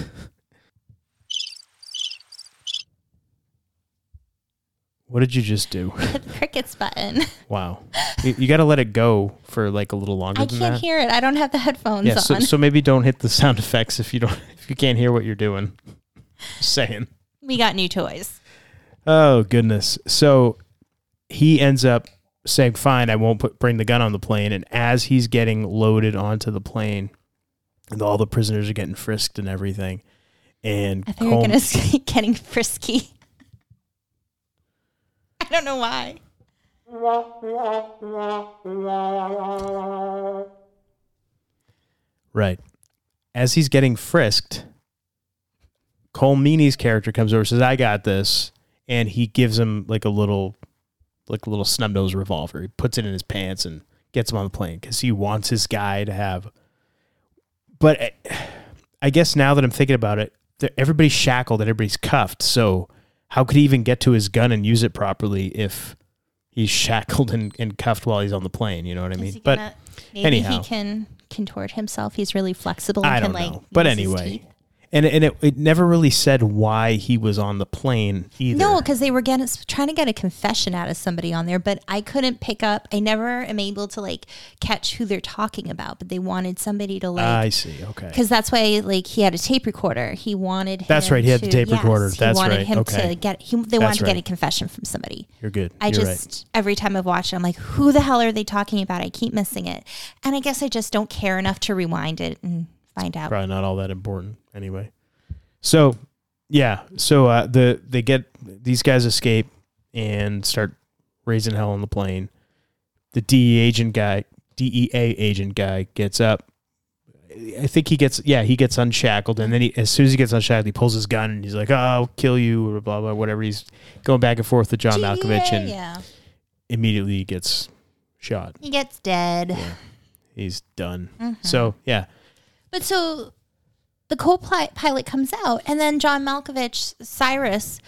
[SPEAKER 5] what did you just do?
[SPEAKER 6] Hit the crickets button.
[SPEAKER 5] Wow, you, you got to let it go for like a little longer
[SPEAKER 6] I
[SPEAKER 5] than
[SPEAKER 6] can't
[SPEAKER 5] that.
[SPEAKER 6] hear it. I don't have the headphones
[SPEAKER 5] yeah,
[SPEAKER 6] on.
[SPEAKER 5] so, so maybe don't hit the sound effects if you don't if you can't hear what you're doing. Just saying.
[SPEAKER 6] we got new toys.
[SPEAKER 5] Oh goodness. So he ends up saying, "Fine, I won't put bring the gun on the plane." And as he's getting loaded onto the plane, and all the prisoners are getting frisked and everything, and
[SPEAKER 6] I thought you were
[SPEAKER 5] Col-
[SPEAKER 6] going to say getting frisky. I don't know why.
[SPEAKER 5] Right. As he's getting frisked, Cole Meany's character comes over, says, "I got this," and he gives him like a little, like a little snub nose revolver. He puts it in his pants and gets him on the plane because he wants his guy to have. But I- I guess now that I'm thinking about it, they're- everybody's shackled and everybody's cuffed. So how could he even get to his gun and use it properly if he's shackled and, and cuffed while he's on the plane? You know what I mean? But
[SPEAKER 6] maybe
[SPEAKER 5] anyhow.
[SPEAKER 6] he can contort himself. He's really flexible. And
[SPEAKER 5] I don't
[SPEAKER 6] can, like,
[SPEAKER 5] know. But
[SPEAKER 6] use his
[SPEAKER 5] anyway,
[SPEAKER 6] teeth.
[SPEAKER 5] and and it, it never really said why he was on the plane either.
[SPEAKER 6] No, because they were getting trying to get a confession out of somebody on there, but I couldn't pick up. I never am able to like catch who they're talking about, but they wanted somebody to like.
[SPEAKER 5] I see. Okay.
[SPEAKER 6] because that's why, like, he had a tape recorder. He wanted.
[SPEAKER 5] That's
[SPEAKER 6] him
[SPEAKER 5] right, he had the
[SPEAKER 6] to-
[SPEAKER 5] tape
[SPEAKER 6] yes,
[SPEAKER 5] recorder.
[SPEAKER 6] He
[SPEAKER 5] That's
[SPEAKER 6] wanted
[SPEAKER 5] right,
[SPEAKER 6] him
[SPEAKER 5] okay.
[SPEAKER 6] to get. He, they
[SPEAKER 5] That's
[SPEAKER 6] wanted to
[SPEAKER 5] right.
[SPEAKER 6] get a confession from somebody.
[SPEAKER 5] You're good.
[SPEAKER 6] I
[SPEAKER 5] You're
[SPEAKER 6] just every time I've watched it, I'm like, who the hell are they talking about? I keep missing it, and I guess I just don't care enough to rewind it and find out.
[SPEAKER 5] probably not all that important anyway. So, yeah. So uh, the they get these guys escape and start raising hell on the plane. The DEA agent guy, DEA agent guy, gets up. I think he gets yeah he gets unshackled and then he, as soon as he gets unshackled he pulls his gun and he's like oh I'll kill you or blah blah whatever he's going back and forth with John Malkovich and
[SPEAKER 6] yeah,
[SPEAKER 5] immediately he gets shot
[SPEAKER 6] he gets dead.
[SPEAKER 5] he's done
[SPEAKER 6] Mm-hmm.
[SPEAKER 5] so yeah
[SPEAKER 6] But so the co-pilot comes out, and then John Malkovich, Cyrus,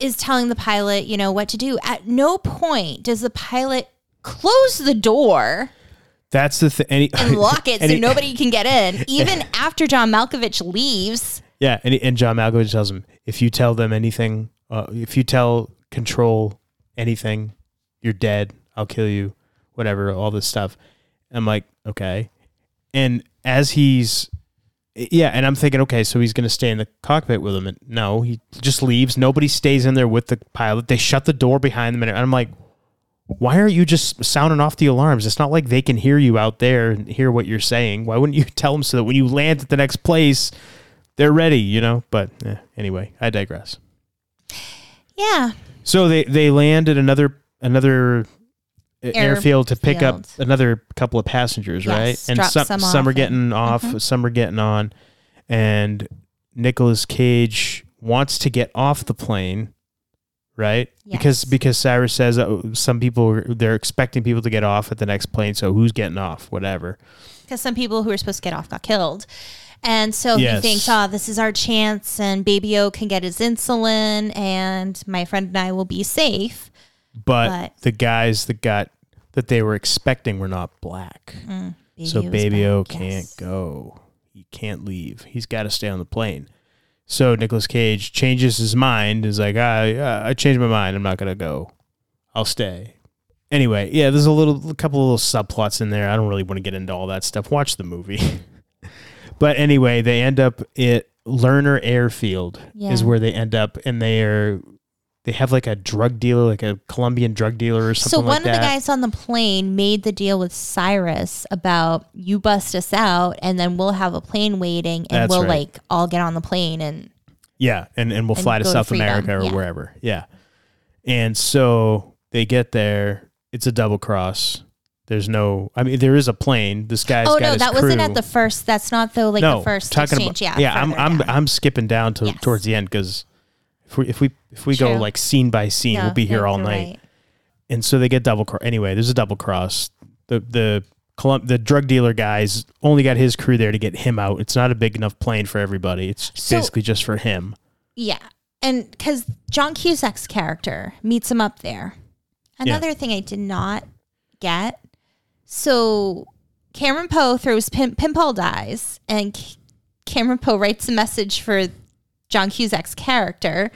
[SPEAKER 6] is telling the pilot, you know, what to do. At no point does the pilot close the door
[SPEAKER 5] that's the thing and, he-
[SPEAKER 6] and lock it
[SPEAKER 5] and
[SPEAKER 6] so
[SPEAKER 5] he-
[SPEAKER 6] nobody can get in, even after John Malkovich leaves.
[SPEAKER 5] Yeah, and, and John Malkovich tells him, if you tell them anything, uh, if you tell Control anything, you're dead. I'll kill you. Whatever, all this stuff. I'm like, okay. And as he's, yeah, and I'm thinking, okay, so he's going to stay in the cockpit with him. And no, he just leaves. Nobody stays in there with the pilot. They shut the door behind them. And I'm like, why aren't you just sounding off the alarms? It's not like they can hear you out there and hear what you're saying. Why wouldn't you tell them so that when you land at the next place, they're ready, you know. But eh, anyway, I digress.
[SPEAKER 6] Yeah,
[SPEAKER 5] So they they land at another another eh, airfield to pick up
[SPEAKER 6] Airfield.
[SPEAKER 5] another couple of passengers, right?
[SPEAKER 6] Yes,
[SPEAKER 5] And
[SPEAKER 6] drop
[SPEAKER 5] some
[SPEAKER 6] some
[SPEAKER 5] some
[SPEAKER 6] off
[SPEAKER 5] are
[SPEAKER 6] and- mm-hmm.
[SPEAKER 5] getting off, some are getting on, and Nicolas Cage wants to get off the plane, right? Because
[SPEAKER 6] Yes.
[SPEAKER 5] because Cyrus says uh, some people are- they're expecting people to get off at the next plane, so who's getting off? Whatever.
[SPEAKER 6] because some people who were supposed to get off got killed. And so
[SPEAKER 5] Yes.
[SPEAKER 6] he thinks, oh, this is our chance, and Baby O can get his insulin, and my friend and I will be safe.
[SPEAKER 5] But,
[SPEAKER 6] But-
[SPEAKER 5] the guys that got that they were expecting were not black. So
[SPEAKER 6] was
[SPEAKER 5] Baby
[SPEAKER 6] back.
[SPEAKER 5] O
[SPEAKER 6] Yes.
[SPEAKER 5] can't go. He can't leave. He's got to stay on the plane. So Nicolas Cage changes his mind. Is like, ah, yeah, I changed my mind. I'm not gonna go. I'll stay. Anyway, yeah, there's a little, a couple of little subplots in there. I don't really want to get into all that stuff. Watch the movie. but anyway, they end up it Lerner Airfield
[SPEAKER 6] Yeah.
[SPEAKER 5] is where they end up, and they are they have like a drug dealer, like a Colombian drug dealer or something
[SPEAKER 6] So one
[SPEAKER 5] like
[SPEAKER 6] of
[SPEAKER 5] that.
[SPEAKER 6] the guys on the plane made the deal with Cyrus about you bust us out and then we'll have a plane waiting and
[SPEAKER 5] That's
[SPEAKER 6] we'll
[SPEAKER 5] right.
[SPEAKER 6] like all get on the plane and
[SPEAKER 5] Yeah, and and we'll
[SPEAKER 6] And
[SPEAKER 5] fly to
[SPEAKER 6] go to
[SPEAKER 5] South
[SPEAKER 6] Freedom,
[SPEAKER 5] America or
[SPEAKER 6] yeah.
[SPEAKER 5] wherever. Yeah. And so they get there. It's a double cross. There's no. I mean, there is a plane. This guy's
[SPEAKER 6] oh
[SPEAKER 5] got
[SPEAKER 6] no
[SPEAKER 5] his
[SPEAKER 6] that
[SPEAKER 5] crew.
[SPEAKER 6] wasn't at the first that's not though like
[SPEAKER 5] no,
[SPEAKER 6] the first
[SPEAKER 5] talking
[SPEAKER 6] exchange
[SPEAKER 5] about,
[SPEAKER 6] yeah
[SPEAKER 5] yeah. I'm
[SPEAKER 6] further
[SPEAKER 5] I'm
[SPEAKER 6] down.
[SPEAKER 5] I'm skipping down to
[SPEAKER 6] Yes.
[SPEAKER 5] towards the end because if we if we if we go
[SPEAKER 6] True.
[SPEAKER 5] like scene by scene,
[SPEAKER 6] No,
[SPEAKER 5] we'll be here
[SPEAKER 6] no,
[SPEAKER 5] all
[SPEAKER 6] you're
[SPEAKER 5] night.
[SPEAKER 6] right.
[SPEAKER 5] And so they get double cross. Anyway, there's a double cross. The the Colum- the drug dealer guys only got his crew there to get him out. It's not a big enough plane for everybody. It's
[SPEAKER 6] So-
[SPEAKER 5] basically just for him.
[SPEAKER 6] Yeah. And because John Cusack's character meets him up there.
[SPEAKER 5] Yeah.
[SPEAKER 6] Another thing I did not get. So Cameron Poe throws Pim, Pim Paul dies, and C- Cameron Poe writes a message for John Cusack's character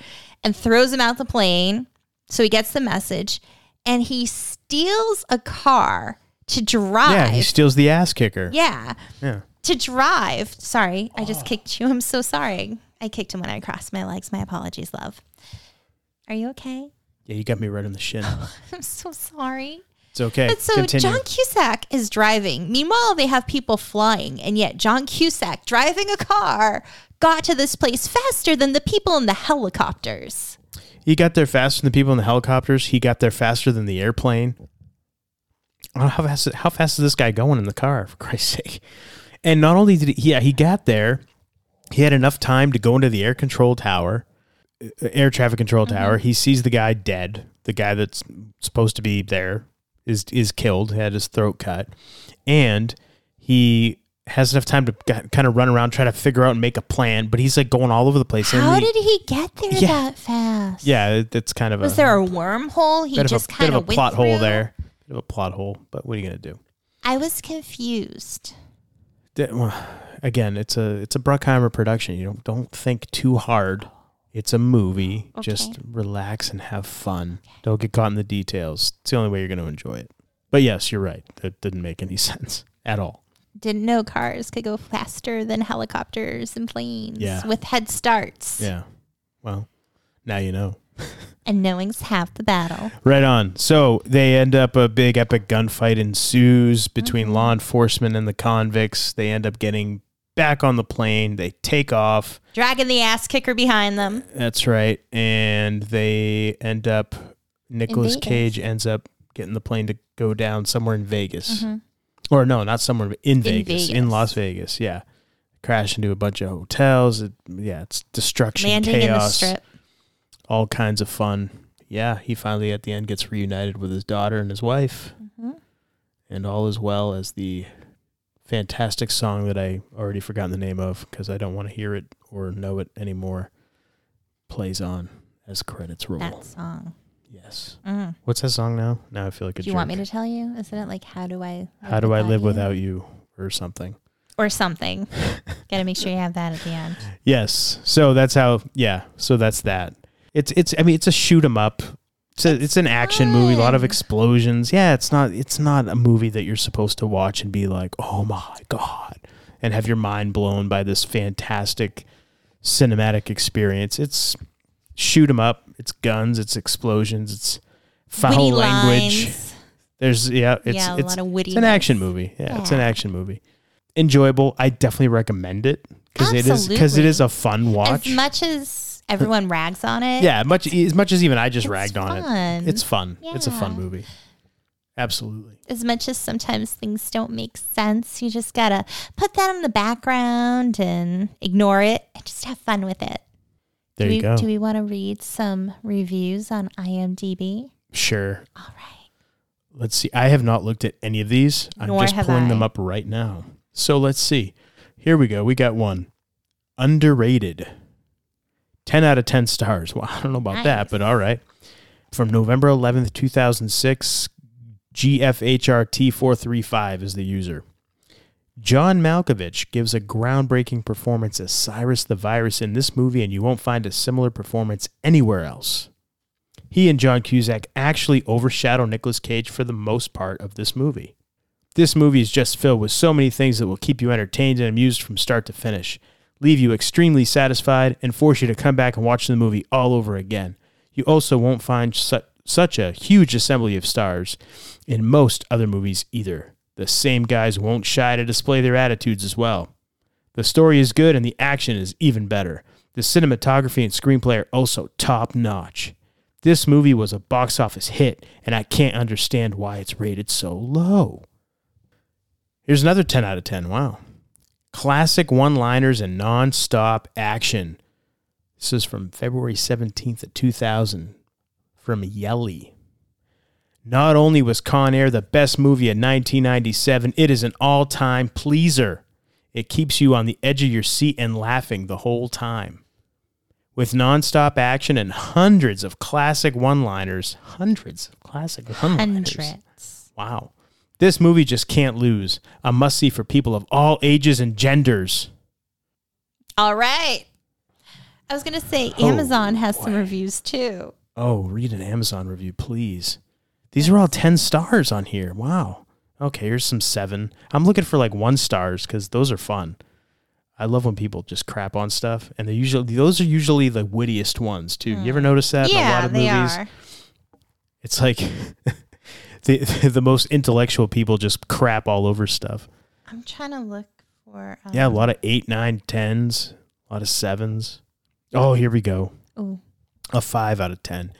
[SPEAKER 6] and throws him out the plane. So he gets the message, and he steals a car to drive.
[SPEAKER 5] Yeah, he steals the ass kicker.
[SPEAKER 6] Yeah.
[SPEAKER 5] Yeah.
[SPEAKER 6] To drive. Sorry, I
[SPEAKER 5] Oh.
[SPEAKER 6] just kicked you. I'm so sorry. I kicked him when I crossed my legs. My apologies, love. Are you okay?
[SPEAKER 5] Yeah, you got me right on the shin.
[SPEAKER 6] I'm so sorry.
[SPEAKER 5] It's okay.
[SPEAKER 6] But so
[SPEAKER 5] Continue.
[SPEAKER 6] John Cusack is driving. Meanwhile, they have people flying, and yet John Cusack driving a car got to this place faster than the people in the helicopters.
[SPEAKER 5] he got there faster than the people in the helicopters. He got there faster than the airplane. I don't know How fast, how fast is this guy going in the car, for Christ's sake? And not only did he, yeah, he got there, he had enough time to go into the air control tower, uh, air traffic control
[SPEAKER 6] Mm-hmm.
[SPEAKER 5] tower. He sees the guy dead. The guy that's supposed to be there is is killed, had his throat cut. And he has enough time to kind of run around, try to figure out and make a plan, but he's like going all over the place. and
[SPEAKER 6] How
[SPEAKER 5] he-
[SPEAKER 6] did he get there
[SPEAKER 5] Yeah.
[SPEAKER 6] that fast?
[SPEAKER 5] yeah, it- it's kind of a
[SPEAKER 6] Was there a wormhole? He
[SPEAKER 5] bit
[SPEAKER 6] just
[SPEAKER 5] of a,
[SPEAKER 6] kind
[SPEAKER 5] bit of a
[SPEAKER 6] went
[SPEAKER 5] plot hole
[SPEAKER 6] through?
[SPEAKER 5] there. Bit of a plot hole, but what are you gonna do?
[SPEAKER 6] I was confused.
[SPEAKER 5] Th- well, Again, it's a it's a Bruckheimer production. You don't don't think too hard. It's a movie. Just
[SPEAKER 6] Okay.
[SPEAKER 5] relax and have fun. Don't get caught in the details. It's the only way you're gonna enjoy it. But yes, you're right. That didn't make any sense at all.
[SPEAKER 6] didn't know cars could go faster than helicopters and planes
[SPEAKER 5] Yeah.
[SPEAKER 6] with head starts.
[SPEAKER 5] Yeah. Well, now you know.
[SPEAKER 6] And knowing's half the battle.
[SPEAKER 5] Right on. So they end up a big epic gunfight ensues between
[SPEAKER 6] Mm-hmm.
[SPEAKER 5] law enforcement and the convicts. They end up getting back on the plane. They take off.
[SPEAKER 6] Dragging the ass kicker behind them.
[SPEAKER 5] That's right. And they end up Nicolas
[SPEAKER 6] Vegas.
[SPEAKER 5] Cage ends up getting the plane to go down somewhere in Vegas. Or no, not somewhere but in Vegas, in
[SPEAKER 6] Mm-hmm. Vegas.
[SPEAKER 5] Las Vegas. Yeah. Crash into a bunch of hotels. It, yeah, it's destruction,
[SPEAKER 6] Landing in the
[SPEAKER 5] chaos,
[SPEAKER 6] strip.
[SPEAKER 5] all kinds of fun. Yeah, he finally at the end gets reunited with his daughter and his wife.
[SPEAKER 6] Mm-hmm.
[SPEAKER 5] And all is well as the fantastic song that I already forgotten the name of because I don't want to hear it or know it anymore plays on as credits roll.
[SPEAKER 6] That song.
[SPEAKER 5] yes.
[SPEAKER 6] Mm.
[SPEAKER 5] What's that song now? Now I feel like a
[SPEAKER 6] Do you want me to tell you? Isn't it like how do I
[SPEAKER 5] How do I live
[SPEAKER 6] you?
[SPEAKER 5] without you or something?
[SPEAKER 6] or something? Gotta make sure you have that at the end.
[SPEAKER 5] Yes. So that's how. Yeah. So that's that. It's it's. I mean, it's a shoot 'em up. It's a, it's an action movie. A lot of
[SPEAKER 6] fun.
[SPEAKER 5] explosions. Yeah. It's not it's not a movie that you're supposed to watch and be like, oh my god, and have your mind blown by this fantastic cinematic experience. It's shoot 'em up. It's guns. It's explosions. It's foul
[SPEAKER 6] Witty
[SPEAKER 5] language.
[SPEAKER 6] lines.
[SPEAKER 5] There's yeah. It's
[SPEAKER 6] Yeah, a
[SPEAKER 5] it's,
[SPEAKER 6] lot of
[SPEAKER 5] it's an
[SPEAKER 6] wittiness.
[SPEAKER 5] action movie. Yeah, It's an
[SPEAKER 6] Yeah.
[SPEAKER 5] action movie. Enjoyable. I definitely recommend it because it is because it
[SPEAKER 6] Absolutely.
[SPEAKER 5] is a fun watch.
[SPEAKER 6] As much as everyone rags on it.
[SPEAKER 5] Yeah, much e, as much as even I just
[SPEAKER 6] It's
[SPEAKER 5] ragged on
[SPEAKER 6] fun.
[SPEAKER 5] it. It's fun. It's a fun
[SPEAKER 6] Yeah.
[SPEAKER 5] movie. Absolutely.
[SPEAKER 6] As much as sometimes things don't make sense, you just gotta put that in the background and ignore it and just have fun with it.
[SPEAKER 5] There
[SPEAKER 6] do
[SPEAKER 5] you
[SPEAKER 6] we,
[SPEAKER 5] go.
[SPEAKER 6] Do we want to read some reviews on IMDb?
[SPEAKER 5] sure.
[SPEAKER 6] All right.
[SPEAKER 5] Let's see. I have not looked at any of these. I'm
[SPEAKER 6] Nor
[SPEAKER 5] just
[SPEAKER 6] have
[SPEAKER 5] pulling them
[SPEAKER 6] I.
[SPEAKER 5] up right now. So let's see. Here we go. We got one. Underrated. 10 out of 10 stars. Well, I don't know about that,
[SPEAKER 6] Nice.
[SPEAKER 5] but all right. From November 11th, 2006, GFHRT435 is the user. John Malkovich gives a groundbreaking performance as Cyrus the Virus in this movie, and you won't find a similar performance anywhere else. He and John Cusack actually overshadow Nicolas Cage for the most part of this movie. This movie is just filled with so many things that will keep you entertained and amused from start to finish. leave you extremely satisfied, and force you to come back and watch the movie all over again. You also won't find su- such a huge assembly of stars in most other movies either. The same guys won't shy to display their attitudes as well. The story is good and the action is even better. The cinematography and screenplay are also top notch. This movie was a box office hit, and I can't understand why it's rated so low. Here's another 10 out of 10. Wow. Classic one liners and non stop action. This is from February 17th of 2000 from Yelly. Not only was Con Air the best movie of 1997, it is an all time pleaser. It keeps you on the edge of your seat and laughing the whole time. With nonstop action and hundreds of classic one liners, hundreds of classic one liners.
[SPEAKER 6] Hundreds.
[SPEAKER 5] Wow. This movie just can't lose. A must see for people of all ages and genders.
[SPEAKER 6] All right. I was going to say
[SPEAKER 5] Oh,
[SPEAKER 6] Amazon has some reviews too.
[SPEAKER 5] Oh, read an Amazon review, please. These are all 10 stars on here. Wow. Okay, here's some seven. I'm looking for like one stars because those are fun. I love when people just crap on stuff, and they usually those are usually the wittiest ones too. You ever notice that in a lot
[SPEAKER 6] Hmm. yeah,
[SPEAKER 5] of
[SPEAKER 6] they
[SPEAKER 5] movies?
[SPEAKER 6] are.
[SPEAKER 5] It's like the the most intellectual people just crap all over stuff.
[SPEAKER 6] I'm trying to look for. Um,
[SPEAKER 5] Yeah, a lot of eight, nine, tens, a lot of sevens. Oh, here we go.
[SPEAKER 6] ooh.
[SPEAKER 5] A five out of ten.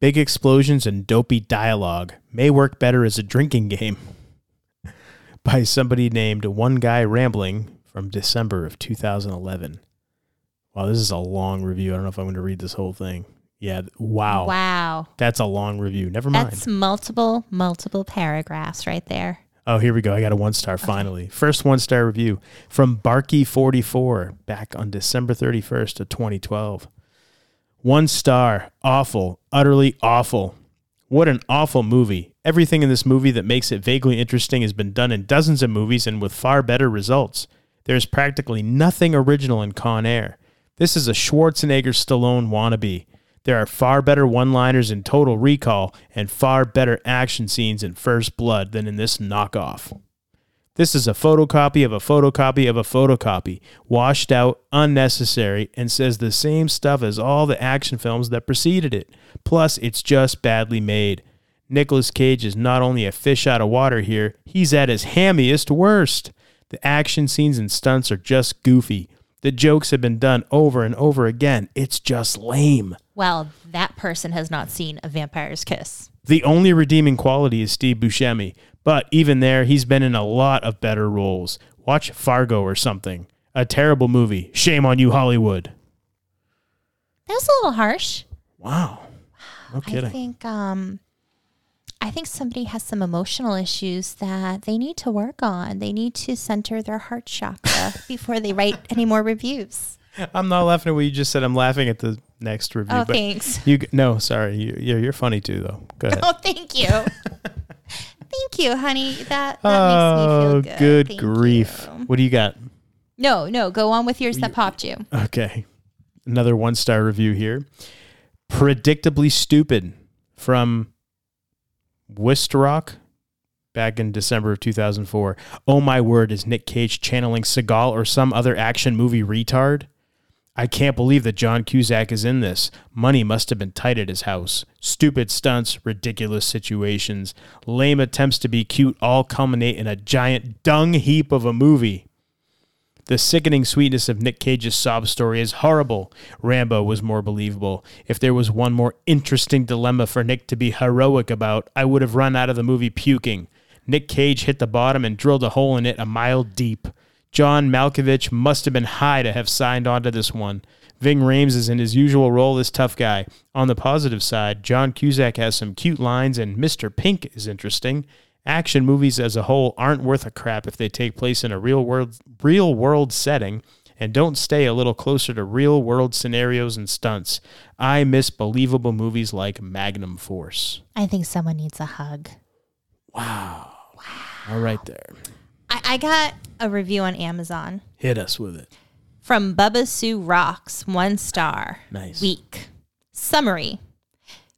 [SPEAKER 5] Big explosions and dopey dialogue may work better as a drinking game. By somebody named One Guy Rambling from December of 2011. Wow, this is a long review. I don't know if I'm going to read this whole thing. Yeah, th- wow.
[SPEAKER 6] Wow.
[SPEAKER 5] That's a long review. Never mind.
[SPEAKER 6] That's multiple, multiple paragraphs right there.
[SPEAKER 5] Oh, here we go. I got a one star finally. First one star review from Barky44 back on December 31st of 2012. One star. Awful. Utterly awful. What an awful movie. Everything in this movie that makes it vaguely interesting has been done in dozens of movies and with far better results. There's practically nothing original in Con Air. This is a Schwarzenegger Stallone wannabe. There are far better one liners in Total Recall and far better action scenes in First Blood than in this knockoff. This is a photocopy of a photocopy of a photocopy, washed out, unnecessary, and says the same stuff as all the action films that preceded it. Plus, it's just badly made. Nicolas Cage is not only a fish out of water here, he's at his hammiest worst. The action scenes and stunts are just goofy. The jokes have been done over and over again. It's just lame.
[SPEAKER 6] Well, that person has not seen A Vampire's Kiss.
[SPEAKER 5] The only redeeming quality is Steve Buscemi, but even there, he's been in a lot of better roles. Watch Fargo or something. A terrible movie. Shame on you, Hollywood.
[SPEAKER 6] That was a little harsh.
[SPEAKER 5] Wow. No
[SPEAKER 6] I
[SPEAKER 5] kidding.
[SPEAKER 6] think um I think somebody has some emotional issues that they need to work on. They need to center their heart chakra before they write any more reviews.
[SPEAKER 5] I'm not laughing at what you just said. I'm laughing at the next review.
[SPEAKER 6] Oh,
[SPEAKER 5] but
[SPEAKER 6] thanks.
[SPEAKER 5] You g- no, sorry. You, you're you're funny too, though. Go ahead.
[SPEAKER 6] Oh, thank you. thank you, honey. That, that
[SPEAKER 5] Oh,
[SPEAKER 6] makes me feel good. Thank
[SPEAKER 5] grief.
[SPEAKER 6] you.
[SPEAKER 5] What do you got?
[SPEAKER 6] No, no, go on with yours that popped you.
[SPEAKER 5] Okay. Another one star review here. Predictably stupid from Wistrock back in December of 2004. Oh my word, is Nick Cage channeling Seagal or some other action movie retard? I can't believe that John Cusack is in this. Money must have been tight at his house. Stupid stunts, ridiculous situations, lame attempts to be cute all culminate in a giant dung heap of a movie. The sickening sweetness of Nick Cage's sob story is horrible. Rambo was more believable. If there was one more interesting dilemma for Nick to be heroic about, I would have run out of the movie puking. Nick Cage hit the bottom and drilled a hole in it a mile deep. John Malkovich must have been high to have signed on to this one. Ving Rhames is in his usual role as tough guy. On the positive side, John Cusack has some cute lines, and Mr. Pink is interesting. Action movies as a whole aren't worth a crap if they take place in a real world real world setting and don't stay a little closer to real world scenarios and stunts. I miss believable movies like Magnum Force.
[SPEAKER 6] I think someone needs a hug.
[SPEAKER 5] All right there.
[SPEAKER 6] I, I got a review on Amazon
[SPEAKER 5] Hit us with it.
[SPEAKER 6] from Bubba Sue Rocks, one star.
[SPEAKER 5] Nice.
[SPEAKER 6] Week. Summary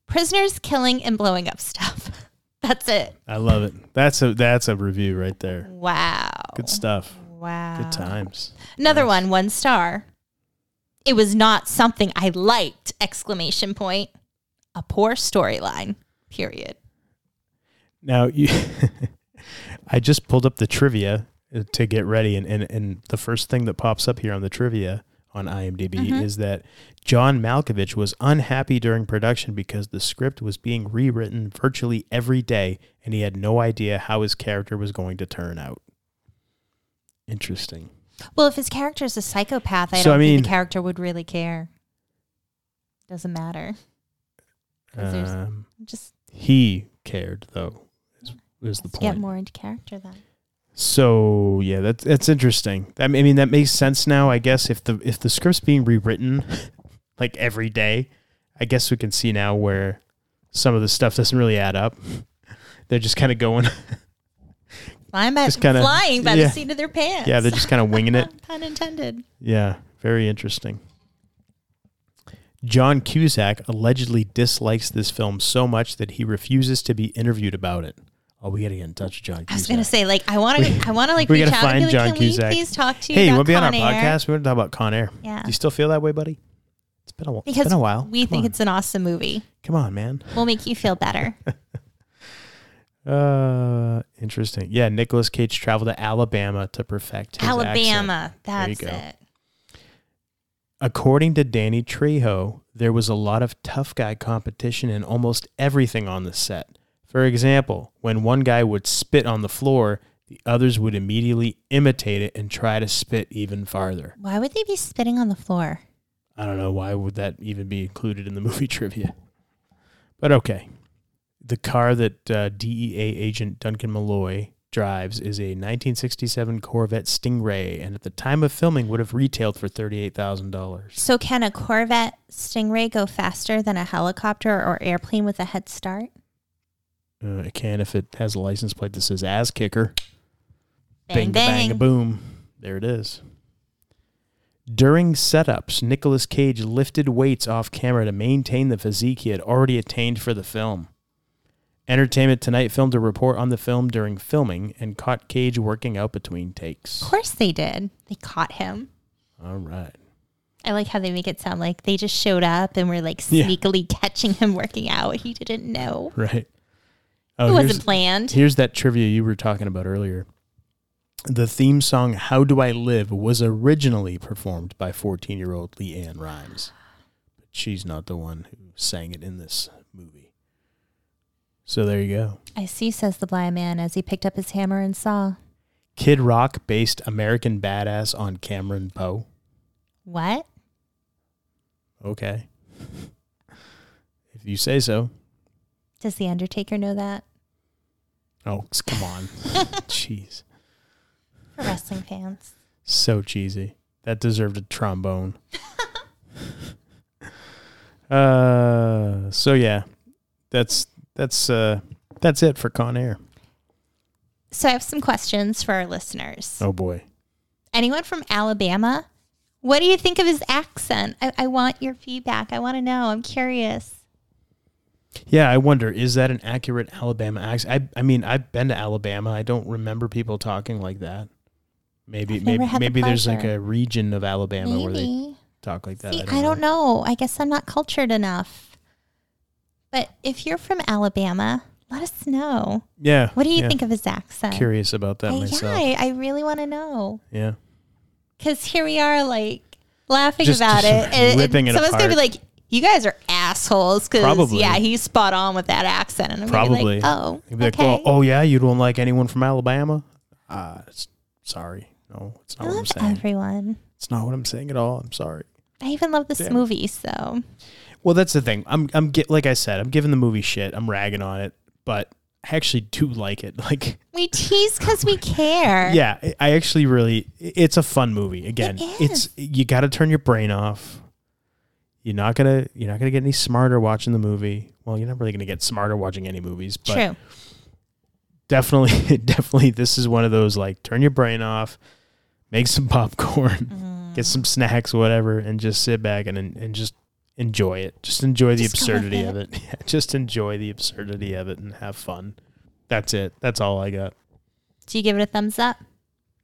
[SPEAKER 6] Prisoners killing and blowing up stuff. That's it.
[SPEAKER 5] I love it. That's a that's a review right there.
[SPEAKER 6] Wow.
[SPEAKER 5] Good stuff.
[SPEAKER 6] Wow.
[SPEAKER 5] Good times.
[SPEAKER 6] Another one, one star. It was not something I liked, exclamation point. A poor storyline, period.
[SPEAKER 5] Now, you, I just pulled up the trivia uh, to get ready, and, and, and the first thing that pops up here on the trivia on IMDb is that John Malkovich was unhappy during production because the script was being rewritten virtually every day, and he had no idea how his character was going to turn out. Interesting.
[SPEAKER 6] Well, if his character is a psychopath, I
[SPEAKER 5] So,
[SPEAKER 6] don't
[SPEAKER 5] I
[SPEAKER 6] think
[SPEAKER 5] mean-
[SPEAKER 6] the character would really care. Doesn't matter. 'Cause there's-
[SPEAKER 5] Um,
[SPEAKER 6] Just
[SPEAKER 5] he cared, though, is, is the
[SPEAKER 6] let's get
[SPEAKER 5] point.
[SPEAKER 6] more into character then.
[SPEAKER 5] So yeah, that's that's interesting. I mean, I mean, that makes sense now. I guess if the if the script's being rewritten like every day, I guess we can see now where some of the stuff doesn't really add up. They're just kind of going,
[SPEAKER 6] Flying by,
[SPEAKER 5] Just kinda-
[SPEAKER 6] flying by
[SPEAKER 5] yeah.
[SPEAKER 6] the seat of their pants.
[SPEAKER 5] yeah, they're just kind of winging it.
[SPEAKER 6] Pun intended.
[SPEAKER 5] Yeah, very interesting. John Cusack allegedly dislikes this film so much that he refuses to be interviewed about it. Oh, we got to get in touch with John.
[SPEAKER 6] I was
[SPEAKER 5] Cusack.
[SPEAKER 6] gonna say, like, I want to, I want to, like,
[SPEAKER 5] we
[SPEAKER 6] reach
[SPEAKER 5] gotta
[SPEAKER 6] out
[SPEAKER 5] find
[SPEAKER 6] and be like,
[SPEAKER 5] John
[SPEAKER 6] can
[SPEAKER 5] Cusack.
[SPEAKER 6] we please talk to you?
[SPEAKER 5] Hey, you
[SPEAKER 6] about
[SPEAKER 5] want to be on our
[SPEAKER 6] Con Air?"
[SPEAKER 5] podcast? We want to talk about Con Air.
[SPEAKER 6] Yeah.
[SPEAKER 5] Do you still feel that way, buddy? It's been a while.
[SPEAKER 6] Because
[SPEAKER 5] it's been a while.
[SPEAKER 6] we
[SPEAKER 5] Come
[SPEAKER 6] think
[SPEAKER 5] on.
[SPEAKER 6] it's an awesome movie.
[SPEAKER 5] Come on, man.
[SPEAKER 6] We'll make you feel better.
[SPEAKER 5] Uh, interesting. Yeah, Nicolas Cage traveled to Alabama to perfect his accent.
[SPEAKER 6] Alabama.
[SPEAKER 5] There you
[SPEAKER 6] That's
[SPEAKER 5] go.
[SPEAKER 6] it.
[SPEAKER 5] According to Danny Trejo, there was a lot of tough guy competition in almost everything on the set. For example, when one guy would spit on the floor, the others would immediately imitate it and try to spit even farther.
[SPEAKER 6] Why would they be spitting on the floor?
[SPEAKER 5] I don't know why would that even be included in the movie trivia. But okay. The car that uh, DEA agent Duncan Malloy drives is a 1967 Corvette Stingray and at the time of filming would have retailed for $38,000.
[SPEAKER 6] So, can a Corvette Stingray go faster than a helicopter or airplane with a head start?
[SPEAKER 5] Uh, it can if it has a license plate that says ass kicker. bang,
[SPEAKER 6] Bang,
[SPEAKER 5] bang,
[SPEAKER 6] bang.
[SPEAKER 5] boom. There it is. During setups, Nicolas Cage lifted weights off camera to maintain the physique he had already attained for the film. Entertainment Tonight filmed a report on the film during filming and caught Cage working out between
[SPEAKER 6] Of
[SPEAKER 5] takes.
[SPEAKER 6] course they did. They caught him.
[SPEAKER 5] All right.
[SPEAKER 6] I like how they make it sound like they just showed up and were like
[SPEAKER 5] Yeah.
[SPEAKER 6] sneakily catching him working out. He didn't know.
[SPEAKER 5] Right.
[SPEAKER 6] it
[SPEAKER 5] Oh,
[SPEAKER 6] wasn't
[SPEAKER 5] here's,
[SPEAKER 6] planned.
[SPEAKER 5] here's that trivia you were talking about earlier. The theme song How Do I Live was originally performed by 14 year old Leanne Rhymes. But she's not the one who sang it in this movie. So there you go.
[SPEAKER 6] I see, says the blind man as he picked up his hammer and saw.
[SPEAKER 5] Kid Rock based American Badass on Cameron Poe.
[SPEAKER 6] What?
[SPEAKER 5] Okay. if you say so.
[SPEAKER 6] Does the Undertaker know that?
[SPEAKER 5] Oh, come on. Jeez.
[SPEAKER 6] For wrestling fans.
[SPEAKER 5] So cheesy. That deserved a trombone. uh so yeah. That's that's uh that's it for Con Air.
[SPEAKER 6] So I have some questions for our listeners.
[SPEAKER 5] Oh boy.
[SPEAKER 6] Anyone from Alabama? What do you think of his accent? I, I want your feedback. I want to know. I'm curious.
[SPEAKER 5] Yeah, I wonder, is that an accurate Alabama accent? I I mean, I've been to Alabama. I don't remember people talking like that. Maybe
[SPEAKER 6] I've never
[SPEAKER 5] maybe
[SPEAKER 6] had the
[SPEAKER 5] maybe there's like
[SPEAKER 6] pleasure.
[SPEAKER 5] a region of Alabama where they
[SPEAKER 6] Maybe.
[SPEAKER 5] talk like that.
[SPEAKER 6] See, I don't, know. I guess I'm not cultured enough. But if you're from Alabama, let us know.
[SPEAKER 5] Yeah.
[SPEAKER 6] What do you
[SPEAKER 5] yeah.
[SPEAKER 6] think of his accent?
[SPEAKER 5] Curious about that
[SPEAKER 6] I- yeah,
[SPEAKER 5] myself.
[SPEAKER 6] I, I really want to know.
[SPEAKER 5] yeah.
[SPEAKER 6] Because here we are, like, laughing
[SPEAKER 5] Just-
[SPEAKER 6] about
[SPEAKER 5] just
[SPEAKER 6] it. And,
[SPEAKER 5] ripping it
[SPEAKER 6] someone's going to be
[SPEAKER 5] apart.
[SPEAKER 6] like, you guys are assholes. Because,
[SPEAKER 5] Probably.
[SPEAKER 6] yeah, he's spot on with that accent. And I'm gonna
[SPEAKER 5] Probably.
[SPEAKER 6] Be like, oh,
[SPEAKER 5] They'd be like,
[SPEAKER 6] okay.
[SPEAKER 5] "Well, oh yeah, you don't like anyone from Alabama? Uh, it's, sorry, no, it's
[SPEAKER 6] I
[SPEAKER 5] not what I'm
[SPEAKER 6] love
[SPEAKER 5] saying.
[SPEAKER 6] everyone.
[SPEAKER 5] it's not what I'm saying at all. I'm sorry.
[SPEAKER 6] I even love this
[SPEAKER 5] Damn.
[SPEAKER 6] movie, so
[SPEAKER 5] Well, that's the thing. I'm, I'm get, like I said, I'm giving the movie shit. I'm ragging on it, but I actually do like it. Like,
[SPEAKER 6] we tease because we care.
[SPEAKER 5] yeah, I- I actually really. It's a fun movie. Again,
[SPEAKER 6] It
[SPEAKER 5] it's you got to turn your brain off. You're not gonna, you're not gonna get any smarter watching the movie. Well, you're not really gonna get smarter watching any movies, but
[SPEAKER 6] True.
[SPEAKER 5] definitely definitely this is one of those like turn your brain off make some popcorn
[SPEAKER 6] Mm-hmm.
[SPEAKER 5] get some snacks whatever and just sit back and and just enjoy it just enjoy the
[SPEAKER 6] Just go with
[SPEAKER 5] absurdity
[SPEAKER 6] it.
[SPEAKER 5] of it yeah, just enjoy the absurdity of it and have fun that's it that's all i got
[SPEAKER 6] Do you give it a thumbs up?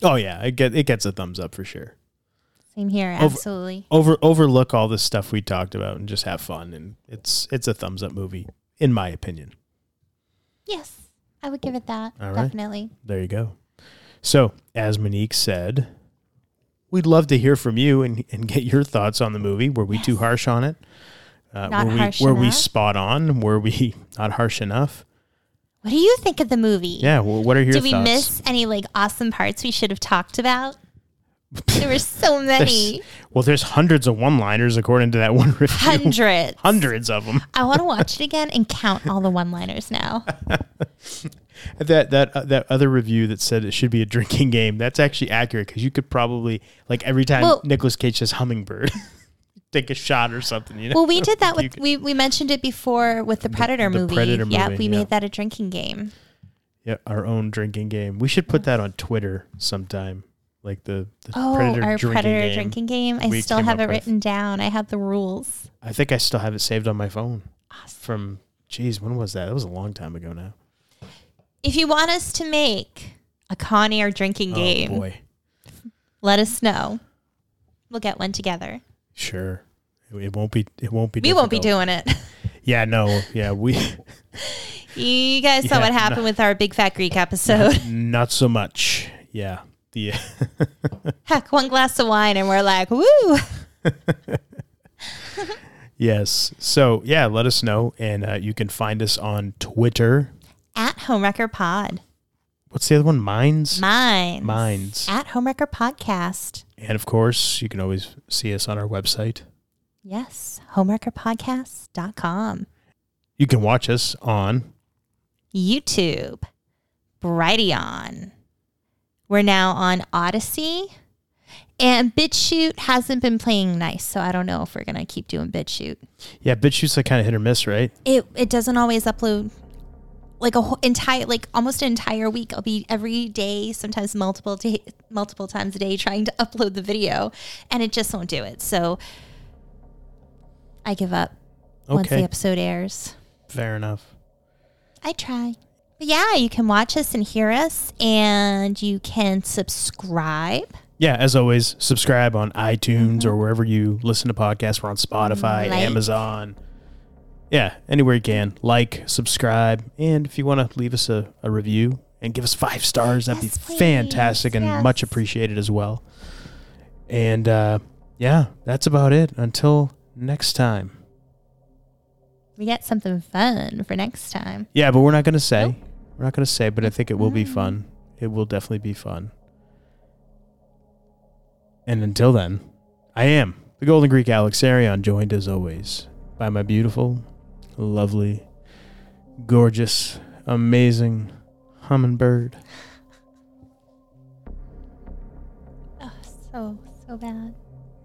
[SPEAKER 5] oh yeah it, get, it gets a thumbs up for sure
[SPEAKER 6] Same here.
[SPEAKER 5] Over-
[SPEAKER 6] Absolutely.
[SPEAKER 5] Over overlook all this stuff we talked about and just have fun. And it's it's a thumbs up movie, in my opinion.
[SPEAKER 6] Yes. I would give it that.
[SPEAKER 5] All right.
[SPEAKER 6] definitely.
[SPEAKER 5] There you go. So, as Monique said, we'd love to hear from you and, and get your thoughts on the movie. Were we too harsh on it? Uh,
[SPEAKER 6] Not
[SPEAKER 5] were we
[SPEAKER 6] harsh
[SPEAKER 5] were we
[SPEAKER 6] enough?
[SPEAKER 5] spot on? Were we not harsh enough?
[SPEAKER 6] What do you think of the movie?
[SPEAKER 5] Yeah. Well, what are your
[SPEAKER 6] Did we
[SPEAKER 5] thoughts?
[SPEAKER 6] miss any like awesome parts we should have talked about? there were so many.
[SPEAKER 5] There's- well, there's hundreds of one-liners according to that one review.
[SPEAKER 6] Hundreds.
[SPEAKER 5] Hundreds of them.
[SPEAKER 6] I want to watch it again and count all the one liners now.
[SPEAKER 5] That that uh, that other review that said it should be a drinking game. That's actually accurate because you could probably like every time
[SPEAKER 6] Well-
[SPEAKER 5] Nicholas Cage says hummingbird, take a shot or something. You know.
[SPEAKER 6] Well, we did that
[SPEAKER 5] You
[SPEAKER 6] with
[SPEAKER 5] could-
[SPEAKER 6] we, we mentioned it before with the Predator
[SPEAKER 5] the
[SPEAKER 6] movie.
[SPEAKER 5] Predator
[SPEAKER 6] yeah,
[SPEAKER 5] movie,
[SPEAKER 6] we
[SPEAKER 5] yeah.
[SPEAKER 6] made that a drinking game.
[SPEAKER 5] Yeah, our own drinking game. We should put that on Twitter sometime, like the, the
[SPEAKER 6] Oh,
[SPEAKER 5] predator
[SPEAKER 6] our
[SPEAKER 5] drinking
[SPEAKER 6] Predator
[SPEAKER 5] game.
[SPEAKER 6] drinking game. I
[SPEAKER 5] we
[SPEAKER 6] still
[SPEAKER 5] came
[SPEAKER 6] have
[SPEAKER 5] up
[SPEAKER 6] it
[SPEAKER 5] with.
[SPEAKER 6] written down. I have the rules.
[SPEAKER 5] I think I still have it saved on my phone. From geez, when was that? That was a long time ago now.
[SPEAKER 6] If you want us to make a Con Air drinking game,
[SPEAKER 5] Oh boy,
[SPEAKER 6] let us know. We'll get one together.
[SPEAKER 5] sure. It, it won't be. It won't be.
[SPEAKER 6] We won't be
[SPEAKER 5] difficult.
[SPEAKER 6] doing it.
[SPEAKER 5] Yeah, no. Yeah, we
[SPEAKER 6] you guys saw
[SPEAKER 5] Yeah,
[SPEAKER 6] what happened with our Big Fat Greek episode.
[SPEAKER 5] not so much. Yeah, the
[SPEAKER 6] Heck, one glass of wine and we're like, woo.
[SPEAKER 5] yes. So yeah, let us know, and uh, you can find us on Twitter.
[SPEAKER 6] At Homewrecker Pod.
[SPEAKER 5] What's the other one? Minds.
[SPEAKER 6] Mine.
[SPEAKER 5] Minds.
[SPEAKER 6] At Homewrecker Podcast.
[SPEAKER 5] And of course, you can always see us on our website.
[SPEAKER 6] Yes, homewreckerpodcast.com,
[SPEAKER 5] You can watch us on
[SPEAKER 6] YouTube, Brighteon. We're now on Odyssey. And BitChute hasn't been playing nice, so I don't know if we're going to keep doing BitChute.
[SPEAKER 5] Yeah, BitChute's like kind of hit or miss, right?
[SPEAKER 6] It it doesn't always upload like a whole entire like almost an entire week. I'll be every day, sometimes multiple day, multiple times a day trying to upload the video and it just won't do it. So I give up once the
[SPEAKER 5] Okay,
[SPEAKER 6] episode airs.
[SPEAKER 5] fair enough.
[SPEAKER 6] I try. But yeah, you can watch us and hear us, and you can subscribe.
[SPEAKER 5] Yeah, as always, subscribe on iTunes or wherever you listen to podcasts. We're on Spotify,
[SPEAKER 6] Mm-hmm. Mm, Like.
[SPEAKER 5] Amazon. Yeah, anywhere you can. Like, subscribe, and if you want to leave us a, a review and give us five stars, that'd
[SPEAKER 6] Yes,
[SPEAKER 5] be
[SPEAKER 6] please.
[SPEAKER 5] fantastic and much
[SPEAKER 6] Yes.
[SPEAKER 5] appreciated as well. And uh, yeah, that's about it. Until next time.
[SPEAKER 6] We got something fun for next time.
[SPEAKER 5] Yeah, but we're not gonna say. We're not gonna say, but I think it will be fun. It will definitely be fun. And until then, I am the Golden Greek Alex Arion, joined as always by my beautiful, lovely, gorgeous, amazing hummingbird.
[SPEAKER 6] So, so bad.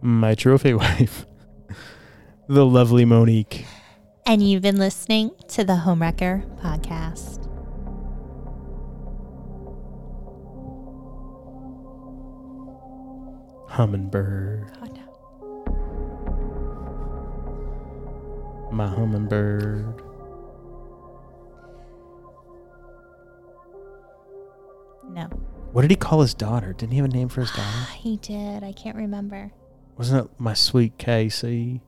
[SPEAKER 5] My trophy wife, the lovely Monique.
[SPEAKER 6] And you've been listening to the Homewrecker Podcast.
[SPEAKER 5] Hummingbird,
[SPEAKER 6] Oh, no.
[SPEAKER 5] my hummingbird.
[SPEAKER 6] No.
[SPEAKER 5] What did he call his daughter? Didn't he have a name for his daughter?
[SPEAKER 6] Ah, He did. I can't remember.
[SPEAKER 5] Wasn't it my sweet Casey?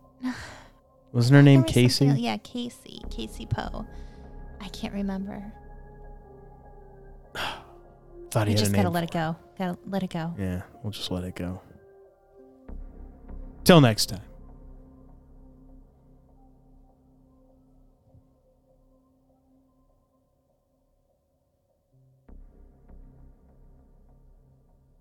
[SPEAKER 5] Wasn't her name
[SPEAKER 6] There was
[SPEAKER 5] Casey?
[SPEAKER 6] something else- Yeah, Casey. Casey Poe. I can't remember.
[SPEAKER 5] Thought he had
[SPEAKER 6] We just
[SPEAKER 5] a
[SPEAKER 6] got to
[SPEAKER 5] name.
[SPEAKER 6] let it go. Got to let it go.
[SPEAKER 5] yeah, we'll just let it go. Till next time.